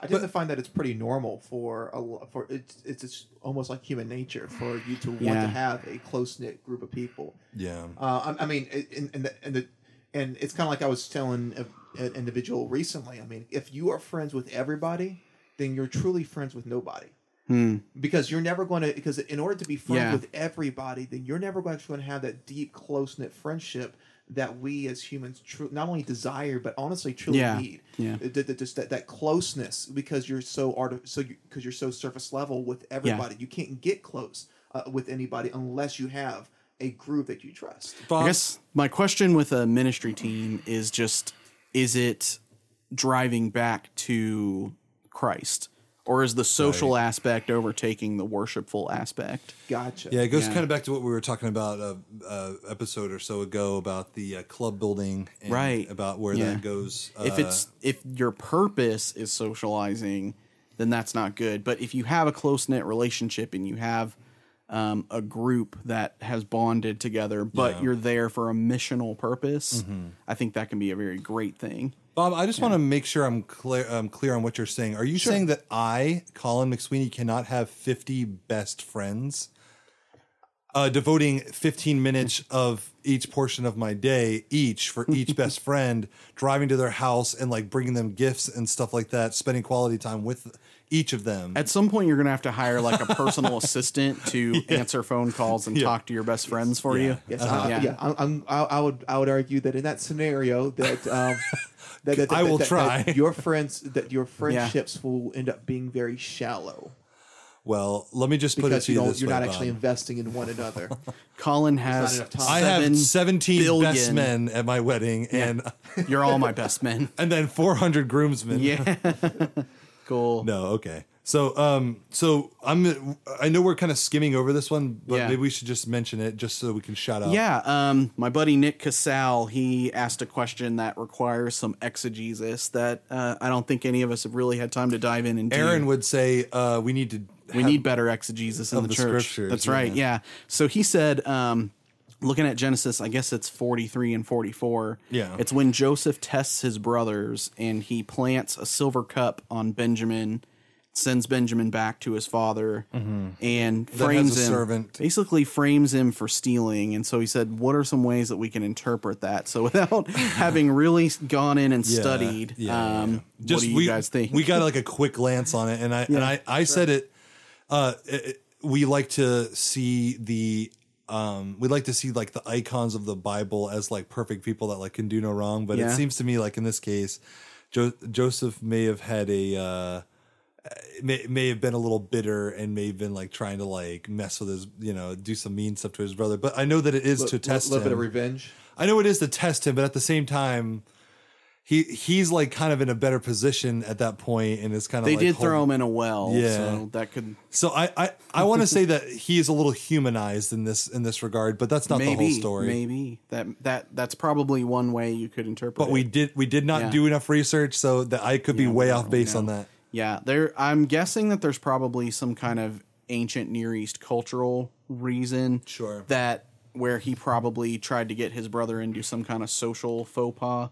I tend to find that it's pretty normal for a lo- for it's it's, it's almost like human nature for you to want
Yeah.
to have a close knit group of people.
yeah
Uh, I, I mean, i- in, in the, in the, and it's kind of like I was telling a- an individual recently. I mean, if you are friends with everybody, then you're truly friends with nobody. Because you're never going to, because in order to be friends
Hmm. Yeah.
with everybody, then you're never going to have that deep, close knit friendship that we as humans tru- not only desire but honestly truly
Yeah.
need.
Yeah.
Th- th- just that, that closeness because you're so art, so because you, are so surface level with everybody, you can't get close uh, with anybody unless you have a group that you trust.
I guess my question with a ministry team is just is it driving back to Christ? Or is the social aspect overtaking the worshipful aspect?
Gotcha.
Yeah, it goes
Yeah.
kind of back to what we were talking about a, a episode or so ago about the uh, club building, and
Right.
About where
Yeah.
that goes. Uh,
if it's if your purpose is socializing then that's not good but if you have a close-knit relationship and you have um, a group that has bonded together but you're there for a missional purpose i think that can be a very great thing
Bob, I just want to make sure I'm clear. I'm clear on what you're saying. Are you saying that I, Colin McSweeney, cannot have 50 best friends? Uh, devoting 15 minutes of each portion of my day, each for each best friend, driving to their house and like bringing them gifts and stuff like that, spending quality time with each of them.
at some point you're going to have to hire like a personal assistant to answer phone calls and talk to your best friends for you Uh-huh.
Yes,
Uh-huh.
I,
Yeah.
yeah. I'm, I'm, I, I would, I would argue that in that scenario, that um, that, that,
I will
that-
try.
that your friends, that your friendships will end up being very shallow
well, let me just put it
because
to
you
you,
don't,
this
you're
way,
not actually
Bob.
investing in one another.
colin has
enough time.
I
seven
have 17
billion.
best men at my wedding and
you're all my best men
and then 400 groomsmen.
yeah cool
No, okay. So um so I'm I know we're kind of skimming over this one, but
Yeah.
maybe we should just mention it just so we can shout out.
Yeah, um, my buddy Nick Cassell, he asked a question that requires some exegesis that uh, I don't think any of us have really had time to dive in and do.
Aaron would say uh we need to
we
have-
need better exegesis in
of
the,
the
church.
scriptures,
That's right.
yeah.
Yeah. So he said, um, looking at Genesis, I guess it's 43 and 44.
Yeah.
It's when Joseph tests his brothers and he plants a silver cup on Benjamin, sends Benjamin back to his father, and
Mm-hmm. has
frames
a
him.
servant.
Basically, frames him for stealing. And so he said, What are some ways that we can interpret that? So without having really gone in and
Yeah,
studied,
yeah,
um,
yeah.
what do you
we,
guys think?
we got like a quick glance on it, and I and I I said it. Uh, it, it- we like to see the um we like to see like the icons of the bible as like perfect people that like can do no wrong but it
Yeah.
seems to me like in this case jo- joseph may have had a uh may, may have been a little bitter and may have been like trying to like mess with his you know do some mean stuff to his brother but i know that it is to test
a little bit
him.
of revenge.
I know it is to test him, but at the same time, he he's like kind of in a better position at that point, and it's kind of
They
like
did
hold-
throw him in a well,
Yeah.
so that could
So I I, I want to say that he is a little humanized in this in this regard, but that's not
maybe
the whole story.
Maybe that that that's probably one way you could interpret.
But we
it.
did we did not
Yeah.
do enough research, so that I could be way off base on that.
Yeah, there. I'm guessing that there's probably some kind of ancient Near East cultural reason.
Sure.
That where he probably tried to get his brother into some kind of social faux pas.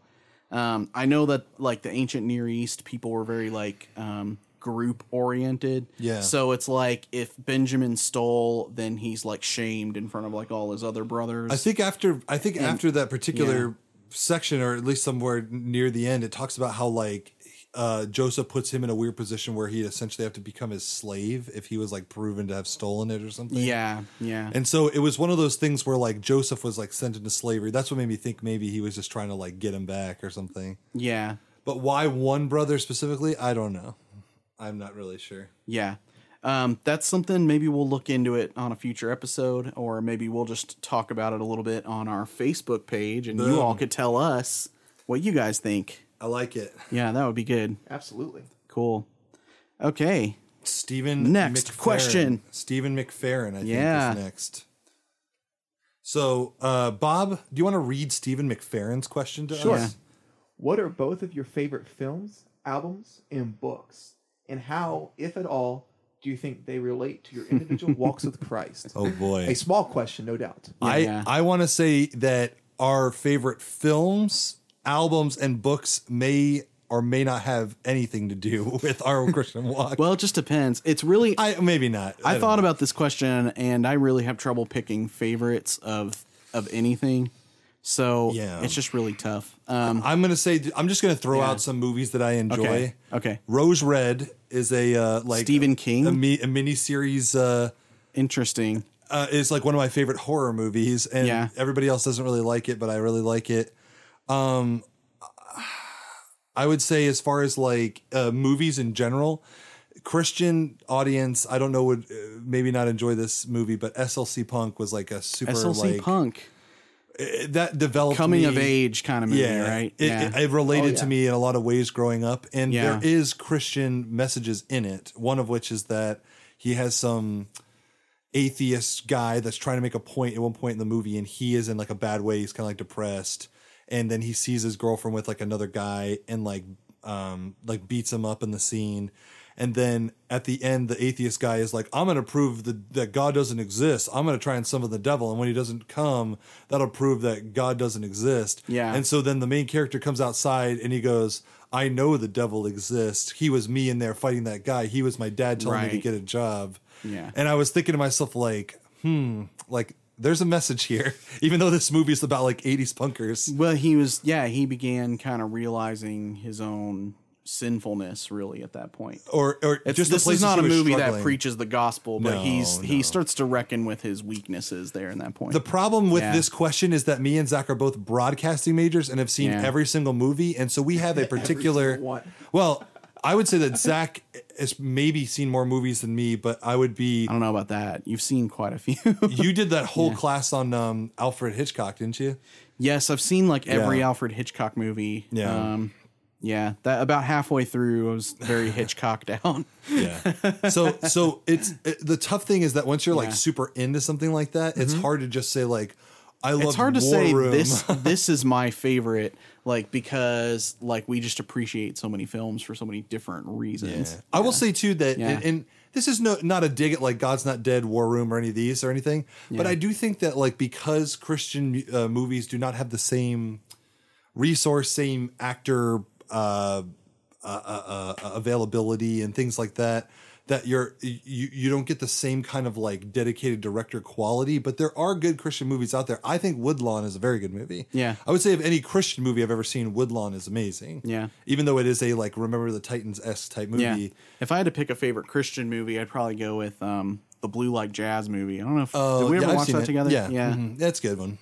Um, I know that like the ancient Near East people were very like um, group oriented.
Yeah.
So it's like if Benjamin stole, then he's like shamed in front of like all his other brothers.
I think after I think after that particular section, or at least somewhere near the end, it talks about how like uh, Joseph puts him in a weird position where he'd essentially have to become his slave if he was like proven to have stolen it or something.
yeah. Yeah.
And so it was one of those things where like Joseph was like sent into slavery. That's what made me think maybe he was just trying to like get him back or something.
yeah.
But why one brother specifically? I don't know. I'm not really sure.
Yeah. Um, that's something maybe we'll look into it on a future episode, or maybe we'll just talk about it a little bit on our Facebook page and
Boom.
you all could tell us what you guys think.
I like it.
Yeah, that would be good.
Absolutely.
Cool. Okay.
Stephen
Next
McFerrin.
question.
Stephen McFerrin, I
Yeah.
think is next. So, uh, Bob, do you want to read Stephen McFerrin's question to
Sure.
us?
What are both of your favorite films, albums, and books? And how, if at all, do you think they relate to your individual walks with Christ?
Oh boy.
A small question, no doubt.
I
Yeah.
I want to say that our favorite films, albums, and books may or may not have anything to do with our Christian walk.
Well, it just depends. It's really, I,
I maybe not. don't
thought
know.
about this question and I really have trouble picking favorites of, of anything. So
Yeah.
it's just really tough. Um,
I'm gonna say I'm just gonna throw
Yeah.
out some movies that I enjoy.
okay. Okay.
Rose Red is a uh, like
Stephen King?
a, mi- a mini series. Uh,
Interesting.
uh, is like one of my favorite horror movies, and
Yeah.
everybody else doesn't really like it, but I really like it. Um, I would say as far as like uh, movies in general, Christian audience, I don't know would uh, maybe not enjoy this movie, but SLC Punk was like a super
SLC
like
Punk.
that developed
Coming
me-
of age kind of movie,
Yeah,
right?
It,
yeah.
it, it related
Oh,
to
yeah.
me in a lot of ways growing up, and
Yeah.
there is Christian messages in it. One of which is that he has some atheist guy that's trying to make a point at one point in the movie and he is in like a bad way he's kind of like depressed and then he sees his girlfriend with like another guy and like um like beats him up in the scene and then at the end the atheist guy is like i'm gonna prove that, that god doesn't exist i'm gonna try and summon the devil and when he doesn't come that'll prove that god doesn't exist
Yeah.
and so then the main character comes outside and he goes i know the devil exists he was me in there fighting that guy he was my dad telling me to
Right.
get a job
Yeah.
and I was thinking to myself, like, hmm, like there's a message here, even though this movie is about like 80s punkers.
Well, he was, yeah, he began kind of realizing his own sinfulness really at that point.
Or, or
It's,
just
just this
the
is
places
not
he
a
was
movie that
struggling.
preaches the gospel, but
No,
he's he
no.
starts to reckon with his weaknesses there in that point.
The problem with
Yeah.
this question is that me and Zach are both broadcasting majors and have seen
Yeah.
every single movie, and so we have a particular.
single one.
Well, I would say that Zach has maybe seen more movies than me, but I would be.
I don't know about that. You've seen quite a few.
You did that whole class on um, Alfred Hitchcock, didn't you?
yes, I've seen like every
Yeah.
Alfred Hitchcock movie.
Yeah.
Um, yeah, that about halfway through I was very Hitchcocked out.
yeah. So so it's it, the tough thing is that once you're like
Yeah. Mm-hmm.
super into something like that, it's hard to just say like I love.
it's hard to
War
say
Room.
this this is my favorite like because like we just appreciate so many films for so many different reasons.
I will say too that
Yeah.
and, and this is no not a dig at like God's Not Dead, War Room, or any of these or anything, but I do think that like because Christian uh, movies do not have the same resource, same actor uh, uh, uh, uh, availability and things like that. That you're you you don't get the same kind of like dedicated director quality, but there are good Christian movies out there. I think Woodlawn is a very good movie.
Yeah.
I would say of any Christian movie I've ever seen, Woodlawn is amazing.
Yeah.
even though it is a like Remember the Titans esque type movie.
Yeah. If I had to pick a favorite Christian movie, I'd probably go with um the Blue Like Jazz movie. I don't know if
Oh,
did we
yeah,
ever
I've
watch
seen
that
it.
together.
Yeah,
yeah,
mhm. that's a good one.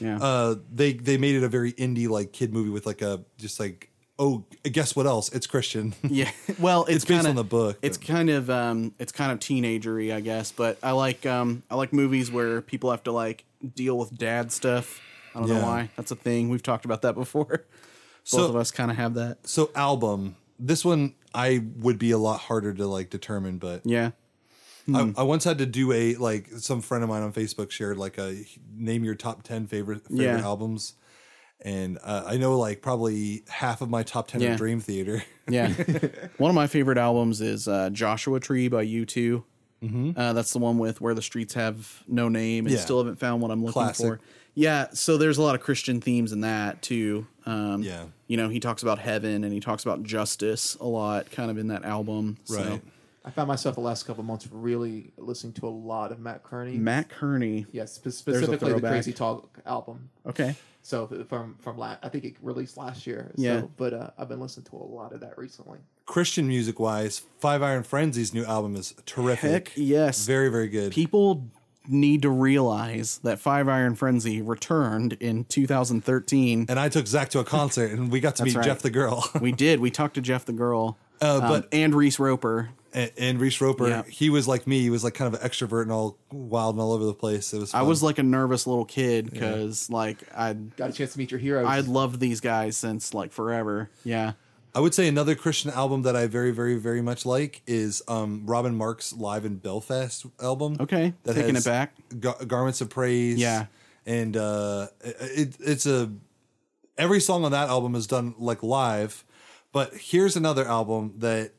yeah.
Uh, they they made it a very indie like kid movie with like a just like oh guess what else? It's Christian.
Yeah. Well, it's,
based
kinda,
on the book,
It's
but-
kind of um, it's kind of teenagery, I guess. But I like um, I like movies where people have to like deal with dad stuff. I don't know
Yeah.
why. That's a thing. We've talked about that before. Both
So-
of us kind of have that.
so album. This one I would be a lot harder to like determine, but
Yeah. Mm.
I, I once had to do a like some friend of mine on Facebook shared like a name your top ten favorite favorite
Yeah.
albums, and uh, I know like probably half of my top ten
Yeah.
are Dream Theater.
Yeah. one of my favorite albums is uh, Joshua Tree by U2. Uh, that's the one with Where the Streets Have No Name and
Mm-hmm. Yeah.
Still Haven't Found What I'm Looking
Classic.
For. Yeah. So there's a lot of Christian themes in that too. Um,
Yeah.
You know, he talks about heaven and he talks about justice a lot, kind of in that album. So.
Right.
I found myself the last couple months really listening to a lot of Matt Kearney.
Matt Kearney.
yes, spe- specifically the
throwback.
Crazy Talk album.
Okay.
So f- from from la- I think it released last year.
Yeah.
So, but uh, I've been listening to a lot of that recently.
Christian music wise, Five Iron Frenzy's new album is terrific.
Heck yes.
very very good.
People need to realize that Five Iron Frenzy returned in 2013.
and I took Zach to a concert, and we got to meet
right.
Jeff the Girl.
we did. We talked to Jeff the Girl.
Uh,
um,
but-
and Reese Roper.
and, and Reese Roper,
Yeah.
he was like me. He was like kind of an extrovert and all wild and all over the place. It was.
I
fun.
was like a nervous little kid because like I
Got a chance to meet your heroes.
I loved these guys since like forever. Yeah.
I would say another Christian album that I very, very, very much like is um, Robin Mark's Live in Belfast album.
Okay. Taking
has
it back.
Ga- Garments of Praise.
Yeah.
and uh, it, it's a every song on that album is done like live. But here's another album that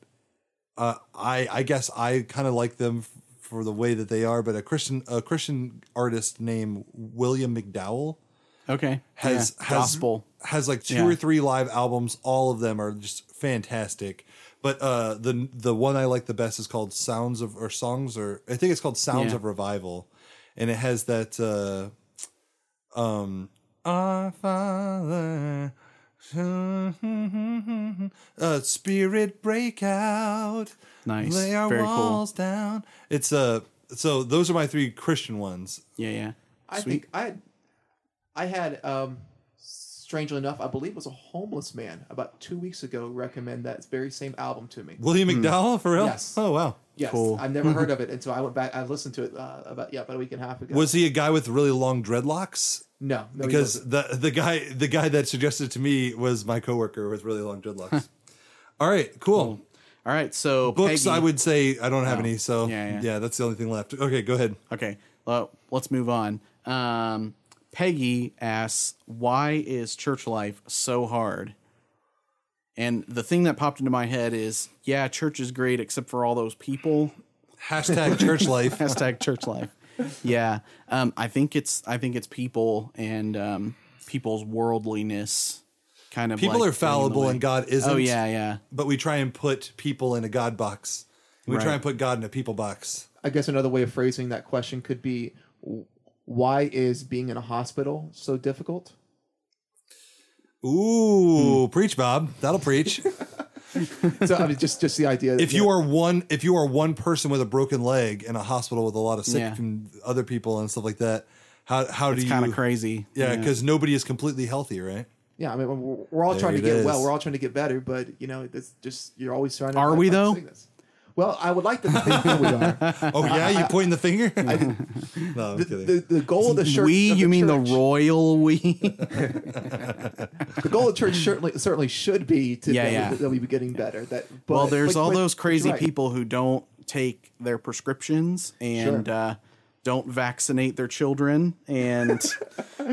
uh, I I guess I kind of like them f- for the way that they are. But a Christian a Christian artist named William McDowell
Okay.
has
Yeah.
has
gospel.
has like two
Yeah.
or three live albums. All of them are just fantastic. But uh, the the one I like the best is called Sounds of or Songs or I think it's called Sounds
Yeah.
of Revival, and it has that uh, um Our Father. Uh, spirit break out.
Nice.
Lay our
Very cool.
walls down. It's uh so those are my three Christian ones.
Yeah. Yeah.
I
Sweet.
think I had, I had um, strangely enough, I believe it was a homeless man about two weeks ago recommend that very same album to me.
William
Hmm.
McDowell for real?
Yes.
Oh wow.
Yes,
Cool.
I've never heard of it, and so I went back. I listened to it uh, about yeah, about a week and a half ago.
Was he a guy with really long dreadlocks?
no, no he
Because
wasn't.
the the guy the guy that suggested it to me was my coworker with really long dreadlocks. All right, cool.
All right. So
Books,
Peggy-
I would say I don't have
Oh,
any, so
yeah,
yeah,
yeah.
that's the only thing left. Okay, go ahead.
Okay. Well, let's move on. Um, Peggy asks, "Why is church life so hard?" And the thing that popped into my head is, "Yeah, church is great, except for all those people."
Hashtag church life.
Hashtag church life. Yeah, um, I think it's I think it's people and um, people's worldliness. Kind of
People
like,
are fallible and God isn't.
Oh yeah, yeah.
But we try and put people in a God box. We
Right.
try and put God in a people box.
I guess another way of phrasing that question could be, w- why is being in a hospital so difficult?
Ooh, preach, Bob. That'll preach.
So I mean, just just the idea. That,
if you are one if you are one person with a broken leg in a hospital with a lot of sick
Yeah.
and other people and stuff like that how how do
It's
you
kind of crazy.
yeah because nobody is completely healthy right
yeah, I mean, we're, we're all
There
trying to
it
get well.
is.
We're all trying to get better, but you know, it's just you're always trying. to
Are we,
I'm
though?
saying this. Well, I would like to think that we are.
oh yeah you pointing the finger no i'm
The,
kidding
the, the goal of the church.
we,
of
you mean
church-
the royal we?
the goal of church certainly certainly should be to
Yeah,
that,
yeah.
We, that we be getting better. That but,
well, there's
but-
all
but-
those
but
crazy
you're right.
people who don't take their prescriptions and
Sure.
uh, don't vaccinate their children and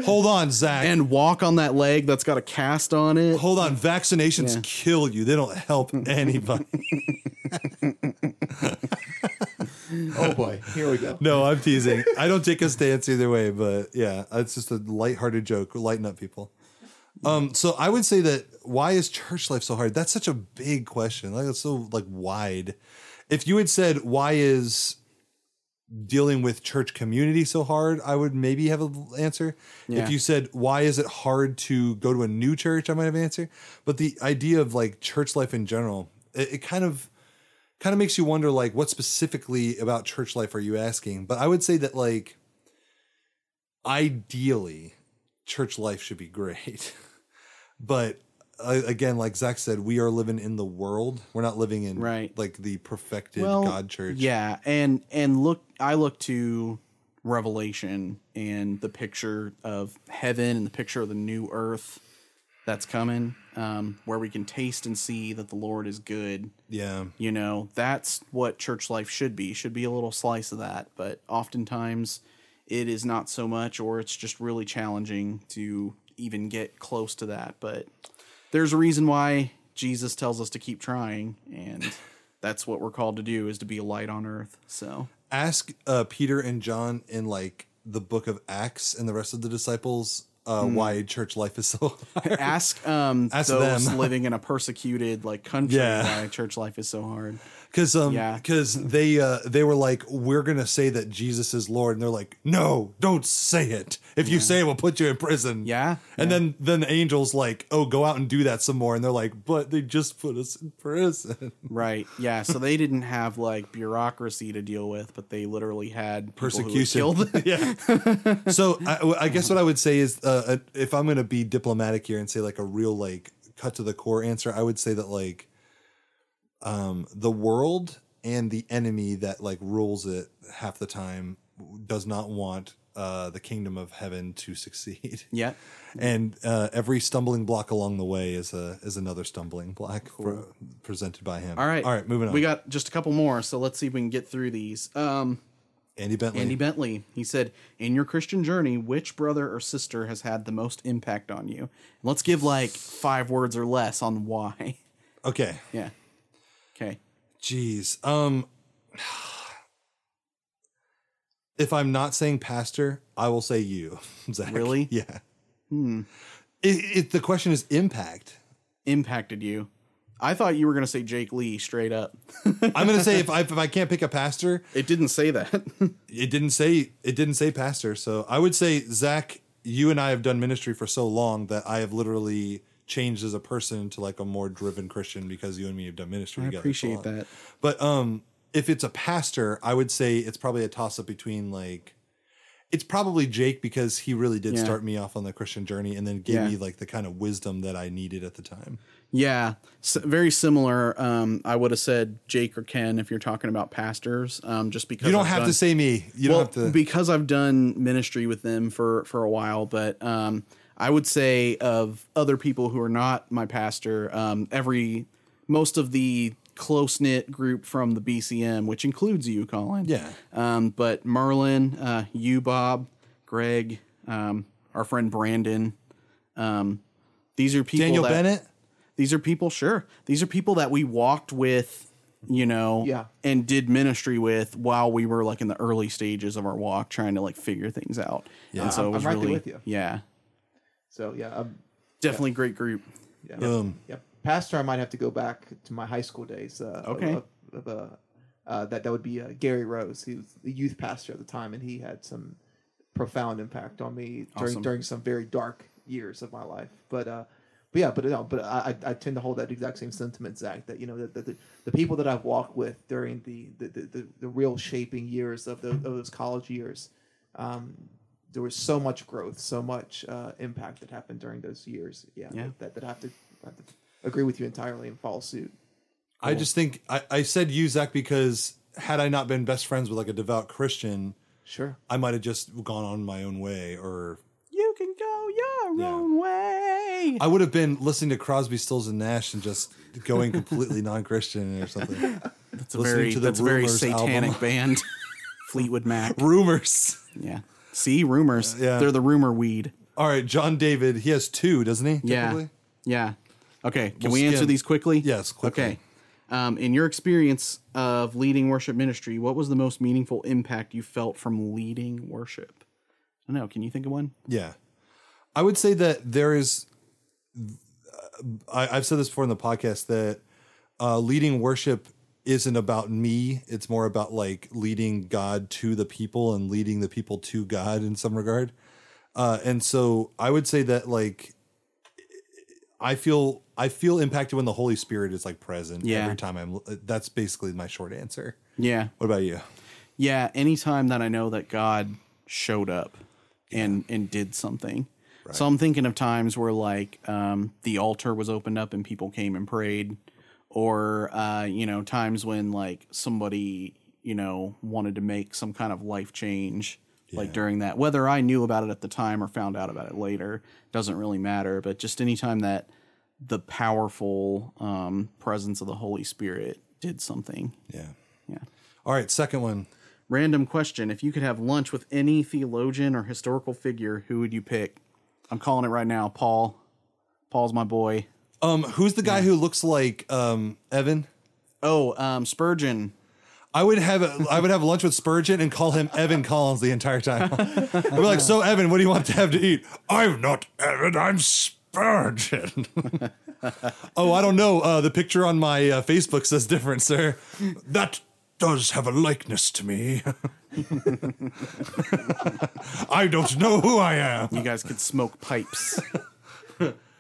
hold on zach
and walk on that leg that's got a cast on it.
hold on vaccinations
Yeah.
kill you they don't help anybody
Oh boy, here we go.
no i'm teasing i don't take a stance either way but yeah it's just a lighthearted joke lighten up people um so i would say that why is church life so hard that's such a big question like it's so like wide if you had said why is dealing with church community so hard i would maybe have an answer
Yeah.
if you said why is it hard to go to a new church i might have an answer but the idea of like church life in general it, it kind of kind of makes you wonder like what specifically about church life are you asking but i would say that like ideally church life should be great but uh, again like zach said we are living in the world we're not living in
Right.
like the perfected god church
Yeah, and and look, I look to Revelation and the picture of heaven and the picture of the new earth that's coming, um, where we can taste and see that the Lord is good.
yeah
You know, that's what church life should be. Should be a little slice of that, but oftentimes it is not so much, or it's just really challenging to even get close to that. But there's a reason why Jesus tells us to keep trying, and that's what we're called to do is to be a light on earth. So
ask uh, Peter and John in like the book of Acts and the rest of the disciples uh,
Hmm.
why church life is so hard.
ask um
Ask
those
them.
living in a persecuted like country
Yeah.
why church life is so hard.
because um
Yeah.
because they uh they were like we're gonna say that Jesus is Lord and they're like no don't say it if you say it we'll put you in prison
Yeah,
and
yeah.
then then the angels like oh go out and do that some more and they're like but they just put us in prison
Right. Yeah. So they didn't have like bureaucracy to deal with, but they literally had people who would
persecution.
kill them.
yeah. So I, I guess what I would say is, uh, if I'm going to be diplomatic here and say like a real like cut to the core answer, I would say that like, um, the world and the enemy that like rules it half the time does not want uh the kingdom of heaven to succeed.
Yeah.
And uh, every stumbling block along the way is a is another stumbling block pre- presented by him.
All right.
all right, moving on.
We got just a couple more, so let's see if we can get through these. Um,
Andy Bentley.
Andy Bentley, he said, "In your Christian journey, which brother or sister has had the most impact on you?" Let's give like five words or less on why.
okay,
Yeah. Okay.
Jeez. Um if I'm not saying pastor, I will say you, Zach.
Really?
Yeah. Hmm. It, it, the question is impact.
Impacted you. I thought you were gonna say Jake Lee straight up.
I'm gonna say if I if I can't pick a pastor,
It didn't say that.
it didn't say it didn't say pastor. So I would say Zach, you and I have done ministry for so long that I have literally changed as a person to like a more driven Christian because you and me have done ministry
I
together. for
appreciate
long.
that.
But um if it's a pastor, I would say it's probably a toss up between like it's probably Jake because he really did
Yeah.
start me off on the Christian journey and then gave
Yeah.
me like the kind of wisdom that I needed at the time.
Yeah, s very similar. Um, I would have said Jake or Ken if you're talking about pastors, um, just because
You don't
I've
have
done-
to say me. You
well,
don't have to
because I've done ministry with them for for a while. But um, I would say of other people who are not my pastor, um, every most of the close knit group from the BCM, which includes you, Colin.
Yeah.
Um, but Merlin, uh, you, Bob, Greg, um, our friend Brandon. Um, these are people
Daniel
that-
Bennett.
these are people sure these are people that we walked with you know
Yeah.
and did ministry with while we were like in the early stages of our walk trying to like figure things out yeah and so
I'm-
it was
I'm right there
really
with you.
yeah
So yeah, um,
definitely great group
yeah.
Boom.
Yep. Pastor, I might have to go back to my high school days. Uh, of-
Okay.
Of, of, uh, uh, that that would be uh, Gary Rose. He was the youth pastor at the time, and he had some profound impact on me during
Awesome.
during some very dark years of my life. But uh, but yeah, but no, but I, I I tend to hold that exact same sentiment, Zach. That you know that the, the, the people that I've walked with during the the, the, the, the real shaping years of, the, of those college years, um, there was so much growth, so much uh, impact that happened during those years. Yeah,
Yeah.
That, that I have to, I have to agree with you entirely and follow suit.
I just think I, I said you, Zach, because had I not been best friends with like a devout Christian,
Sure.
I might have just gone on my own way or
you can go your
Yeah.
own way
I would have been listening to Crosby, Stills, and Nash and just going completely non-Christian or something.
it's a very that's a very satanic band fleetwood mac
Rumors.
yeah see rumors
Yeah.
they're the rumor weed
All right, John David. He has two, doesn't he?
Yeah.
typically?
Yeah. Okay. Can
We'll
we answer
skim.
these quickly?
Yes, quickly.
Okay. Um, in your experience of leading worship ministry, what was the most meaningful impact you felt from leading worship? I don't know. Can you think of one?
Yeah. I would say that there is, I, I've said this before in the podcast that uh, leading worship isn't about me. It's more about like leading God to the people and leading the people to God in some regard. Uh, and so I would say that like, I feel I feel impacted when the Holy Spirit is like present
Yeah.
every time I'm. That's basically my short answer.
Yeah.
What about you?
Yeah, anytime that I know that God showed up and and did something. So I'm thinking of times where like um, the altar was opened up and people came and prayed, or uh, you know times when like somebody you know wanted to make some kind of life change. Like during that, whether I knew about it at the time or found out about it later doesn't really matter. But just anytime that the powerful um, presence of the Holy Spirit did something,
Yeah.
yeah.
All right. Second one.
Random question. If you could have lunch with any theologian or historical figure, who would you pick? I'm calling it right now. Paul. Paul's my boy.
Um, who's the guy who looks like um Evan?
Oh, um, Spurgeon.
I would have a, I would have lunch with Spurgeon and call him Evan Collins the entire time. I'd be like, "So Evan, what do you want to have to eat?" I'm not Evan, I'm Spurgeon. oh, I don't know. Uh, the picture on my uh, Facebook says different, sir. That does have a likeness to me. I don't know who I am.
You guys could smoke pipes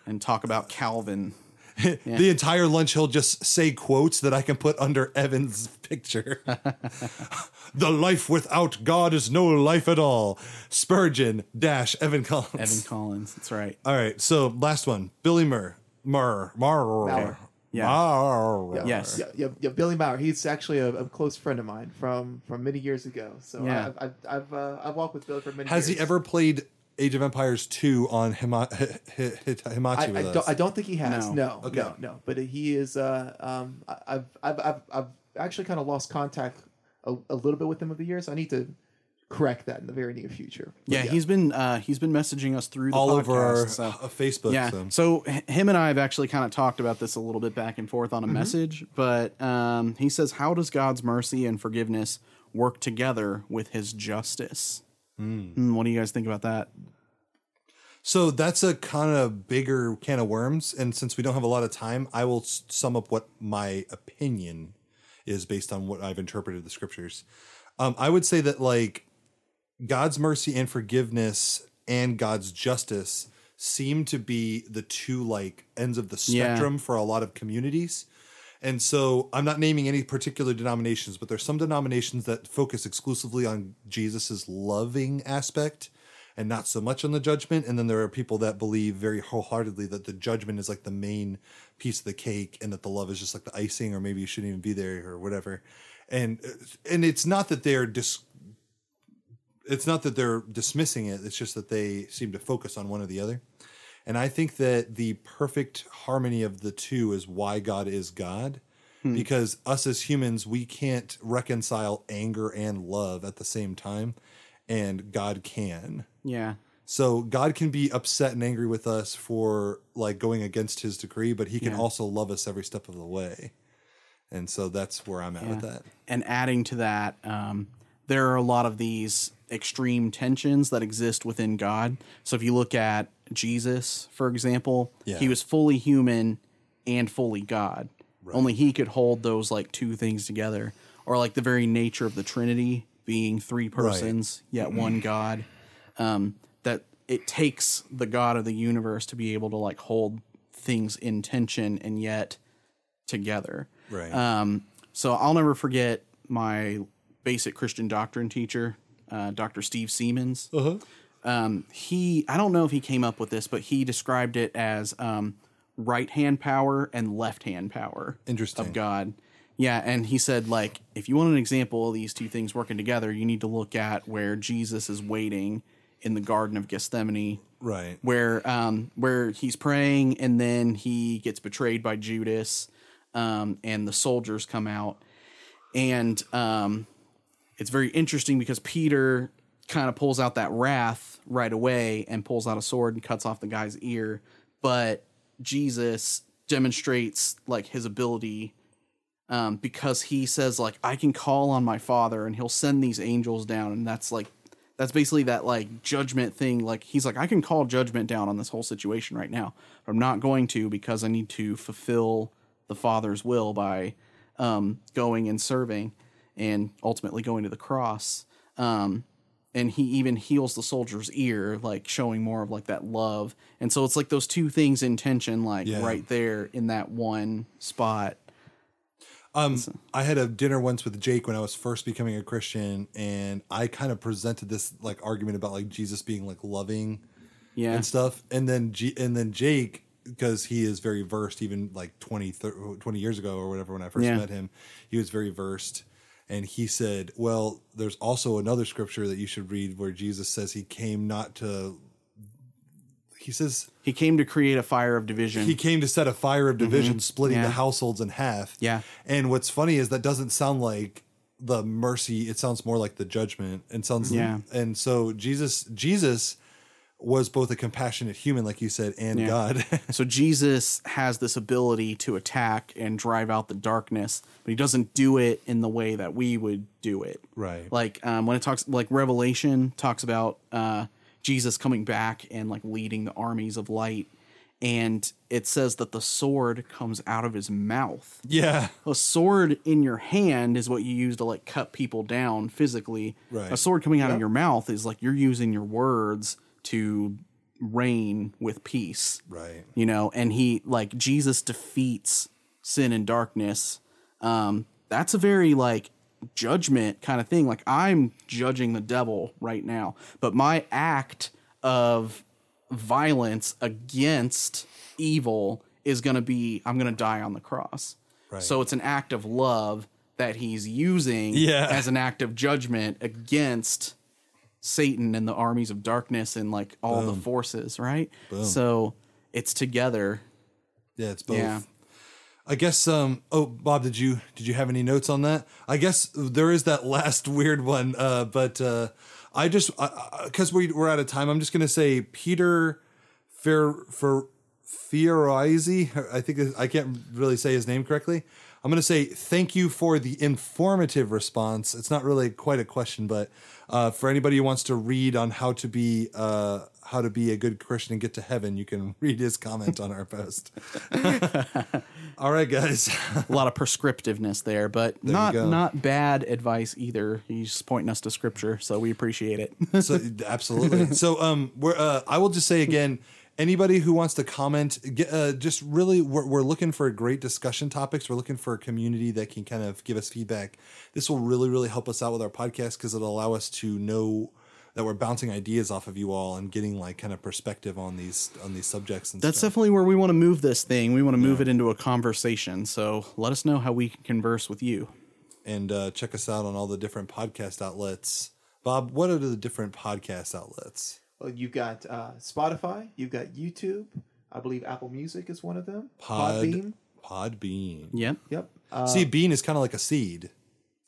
and talk about Calvin.
The entire lunch, he'll just say quotes that I can put under Evan's picture. the life without God is no life at all. Spurgeon dash Evan Collins.
Evan Collins. That's right.
All right, so last one, Billy Murr, Murr, Murr,
Maurer.
Yeah.
Maurer.
Yes.
Yeah, yeah, yeah, Billy Maurer. He's actually a, a close friend of mine from from many years ago. So
Yeah.
I've I've I've, uh, I've walked with Billy for many.
Has
years.
he ever played Age of Empires two on Hima- H- H- H-
I,
Himachi
I
with
don't.
us?
I don't think he has.
No.
No.
Okay.
No. No. But he is. Uh, um, I- I've, I've, I've, I've actually kind of lost contact a, a little bit with him over the years. I need to correct that in the very near future. But
Yeah, he's been uh, he's been messaging us through the
All
podcast,
over our,
so-
uh, Facebook.
Yeah.
so.
So h- him and I have actually kind of talked about this a little bit back and forth on a message, but um, he says, "How does God's mercy and forgiveness work together with His justice?" Hmm, what do you guys think about that?
So that's a kind of bigger can of worms. And since we don't have a lot of time, I will s- sum up what my opinion is based on what I've interpreted the scriptures. Um, I would say that, like, God's mercy and forgiveness and God's justice seem to be the two, like, ends of the
Yeah.
spectrum for a lot of communities. And so I'm not naming any particular denominations, but there's some denominations that focus exclusively on Jesus's loving aspect and not so much on the judgment. And then there are people that believe very wholeheartedly that the judgment is like the main piece of the cake and that the love is just like the icing or maybe you shouldn't even be there or whatever. And and it's not that they're dis- it's not that they're dismissing it. It's just that they seem to focus on one or the other. And I think that the perfect harmony of the two is why God is God.
Hmm.
Because us as humans, we can't reconcile anger and love at the same time, and God can.
Yeah.
So God can be upset and angry with us for like going against his decree, but he can
Yeah.
also love us every step of the way. And so that's where I'm at with
Yeah.
that.
And adding to that, um, there are a lot of these extreme tensions that exist within God. So if you look at Jesus, for example,
Yeah.
he was fully human and fully God. Only he could hold those like two things together, or like the very nature of the Trinity being three persons yet one God. Um, that it takes the God of the universe to be able to like hold things in tension and yet together.
Right.
Um, so I'll never forget my basic Christian doctrine teacher, uh, Dr. Steve Siemens. Um, he, I don't know if he came up with this, but he described it as um, right hand power and left hand power
Interesting.
of God. Yeah, and he said like if you want an example of these two things working together, you need to look at where Jesus is waiting in the Garden of Gethsemane
Right.
where um where he's praying and then he gets betrayed by Judas um and the soldiers come out and um it's very interesting because Peter kind of pulls out that wrath right away and pulls out a sword and cuts off the guy's ear but Jesus demonstrates like his ability um because he says like I can call on my father and he'll send these angels down and that's like that's basically that like judgment thing like he's like i can call judgment down on this whole situation right now but i'm not going to because i need to fulfill the father's will by um, going and serving and ultimately going to the cross um, and he even heals the soldier's ear, like showing more of like that love. And so it's like those two things in tension, like
Yeah.
right there in that one spot.
Um, I had a dinner once with Jake when I was first becoming a Christian, and I kind of presented this like argument about like Jesus being like loving
Yeah.
and stuff, and then G- and then Jake because he is very versed, even like 20, thir- 20 years ago or whatever when I first
Yeah.
met him, he was very versed, and he said, "Well, there's also another scripture that you should read where Jesus says he came not to." He says
He came to create a fire of division.
he came to set a fire of division, splitting the
Mm-hmm. Yeah.
households in half.
Yeah.
And what's funny is that doesn't sound like the mercy. It sounds more like the judgment. And sounds
Yeah.
And so Jesus, Jesus was both a compassionate human, like you said, and
Yeah.
God.
so Jesus has this ability to attack and drive out the darkness, but he doesn't do it in the way that we would do it.
Right.
Like um, when it talks, like Revelation talks about uh, Jesus coming back and like leading the armies of light, and it says that the sword comes out of his mouth.
yeah.
A sword in your hand is what you use to like cut people down physically.
Right.
A sword coming out
Yeah.
of your mouth is like you're using your words to reign with peace
Right.
you know and he like jesus defeats sin and darkness um that's a very like judgment kind of thing like i'm judging the devil right now but my act of violence against evil is going to be i'm going to die on the cross
Right.
so it's an act of love that he's using
Yeah.
as an act of judgment against Satan and the armies of darkness and like all the forces, right? So it's together.
Yeah. It's both.
Yeah.
I guess. Um. Oh, Bob, did you did you have any notes on that? I guess there is that last weird one. Uh. But uh, I just because we we're out of time. I'm just gonna say Peter, Fer for Fiorizzi. I think is- I can't really say his name correctly. I'm gonna say thank you for the informative response. It's not really quite a question, but uh, for anybody who wants to read on how to be uh how to be a good Christian and get to heaven, you can read his comment on our post. All right, guys.
A lot of prescriptiveness there, but not
go.
not bad advice either. He's pointing us to scripture, so we appreciate it.
so absolutely. So um, we're uh, I will just say again, anybody who wants to comment, get, uh, just really we're, we're looking for great discussion topics. We're looking for a community that can kind of give us feedback. This will really really help us out with our podcast because it'll allow us to know that we're bouncing ideas off of you all and getting like kind of perspective on these on these subjects and
That's
stuff.
definitely where we want to move this thing. We want to move it into a conversation. So let us know how we can converse with you.
and uh, check us out on all the different podcast outlets. Bob, what are the different podcast outlets?
Well, you've got uh, Spotify, you've got YouTube. I believe Apple Music is one of them. Podbeam.
Podbean.
Yep.
Yep. Uh,
See, bean is kind of like a seed,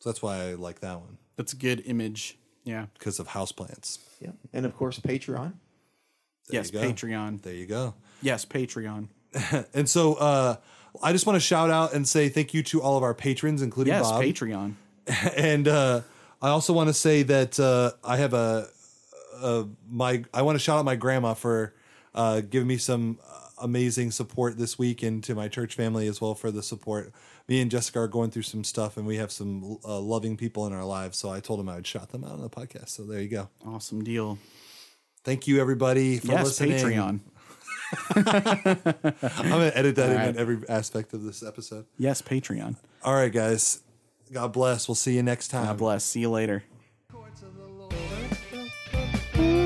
so that's why I like that one
That's a good image. Yeah.
because of houseplants.
yep. And of course, Patreon.
There
yes,
you go.
Patreon.
There you go.
Yes, Patreon.
And so, uh, I just want to shout out and say thank you to all of our patrons, including
Yes,
Bob.
Patreon.
and uh, I also want to say that uh, I have a, a my I want to shout out my grandma for uh, giving me some uh, amazing support this week, and to my church family as well for the support. Me and Jessica are going through some stuff, and we have some uh, loving people in our lives. So I told them I would shout them out on the podcast. So there you go.
Awesome deal.
Thank you, everybody, for
yes,
listening.
Patreon.
I'm gonna edit that in
right.
at every aspect of this episode.
Yes, Patreon.
All right, guys. God bless. We'll see you next time.
God bless. See you later.
courts of the Lord.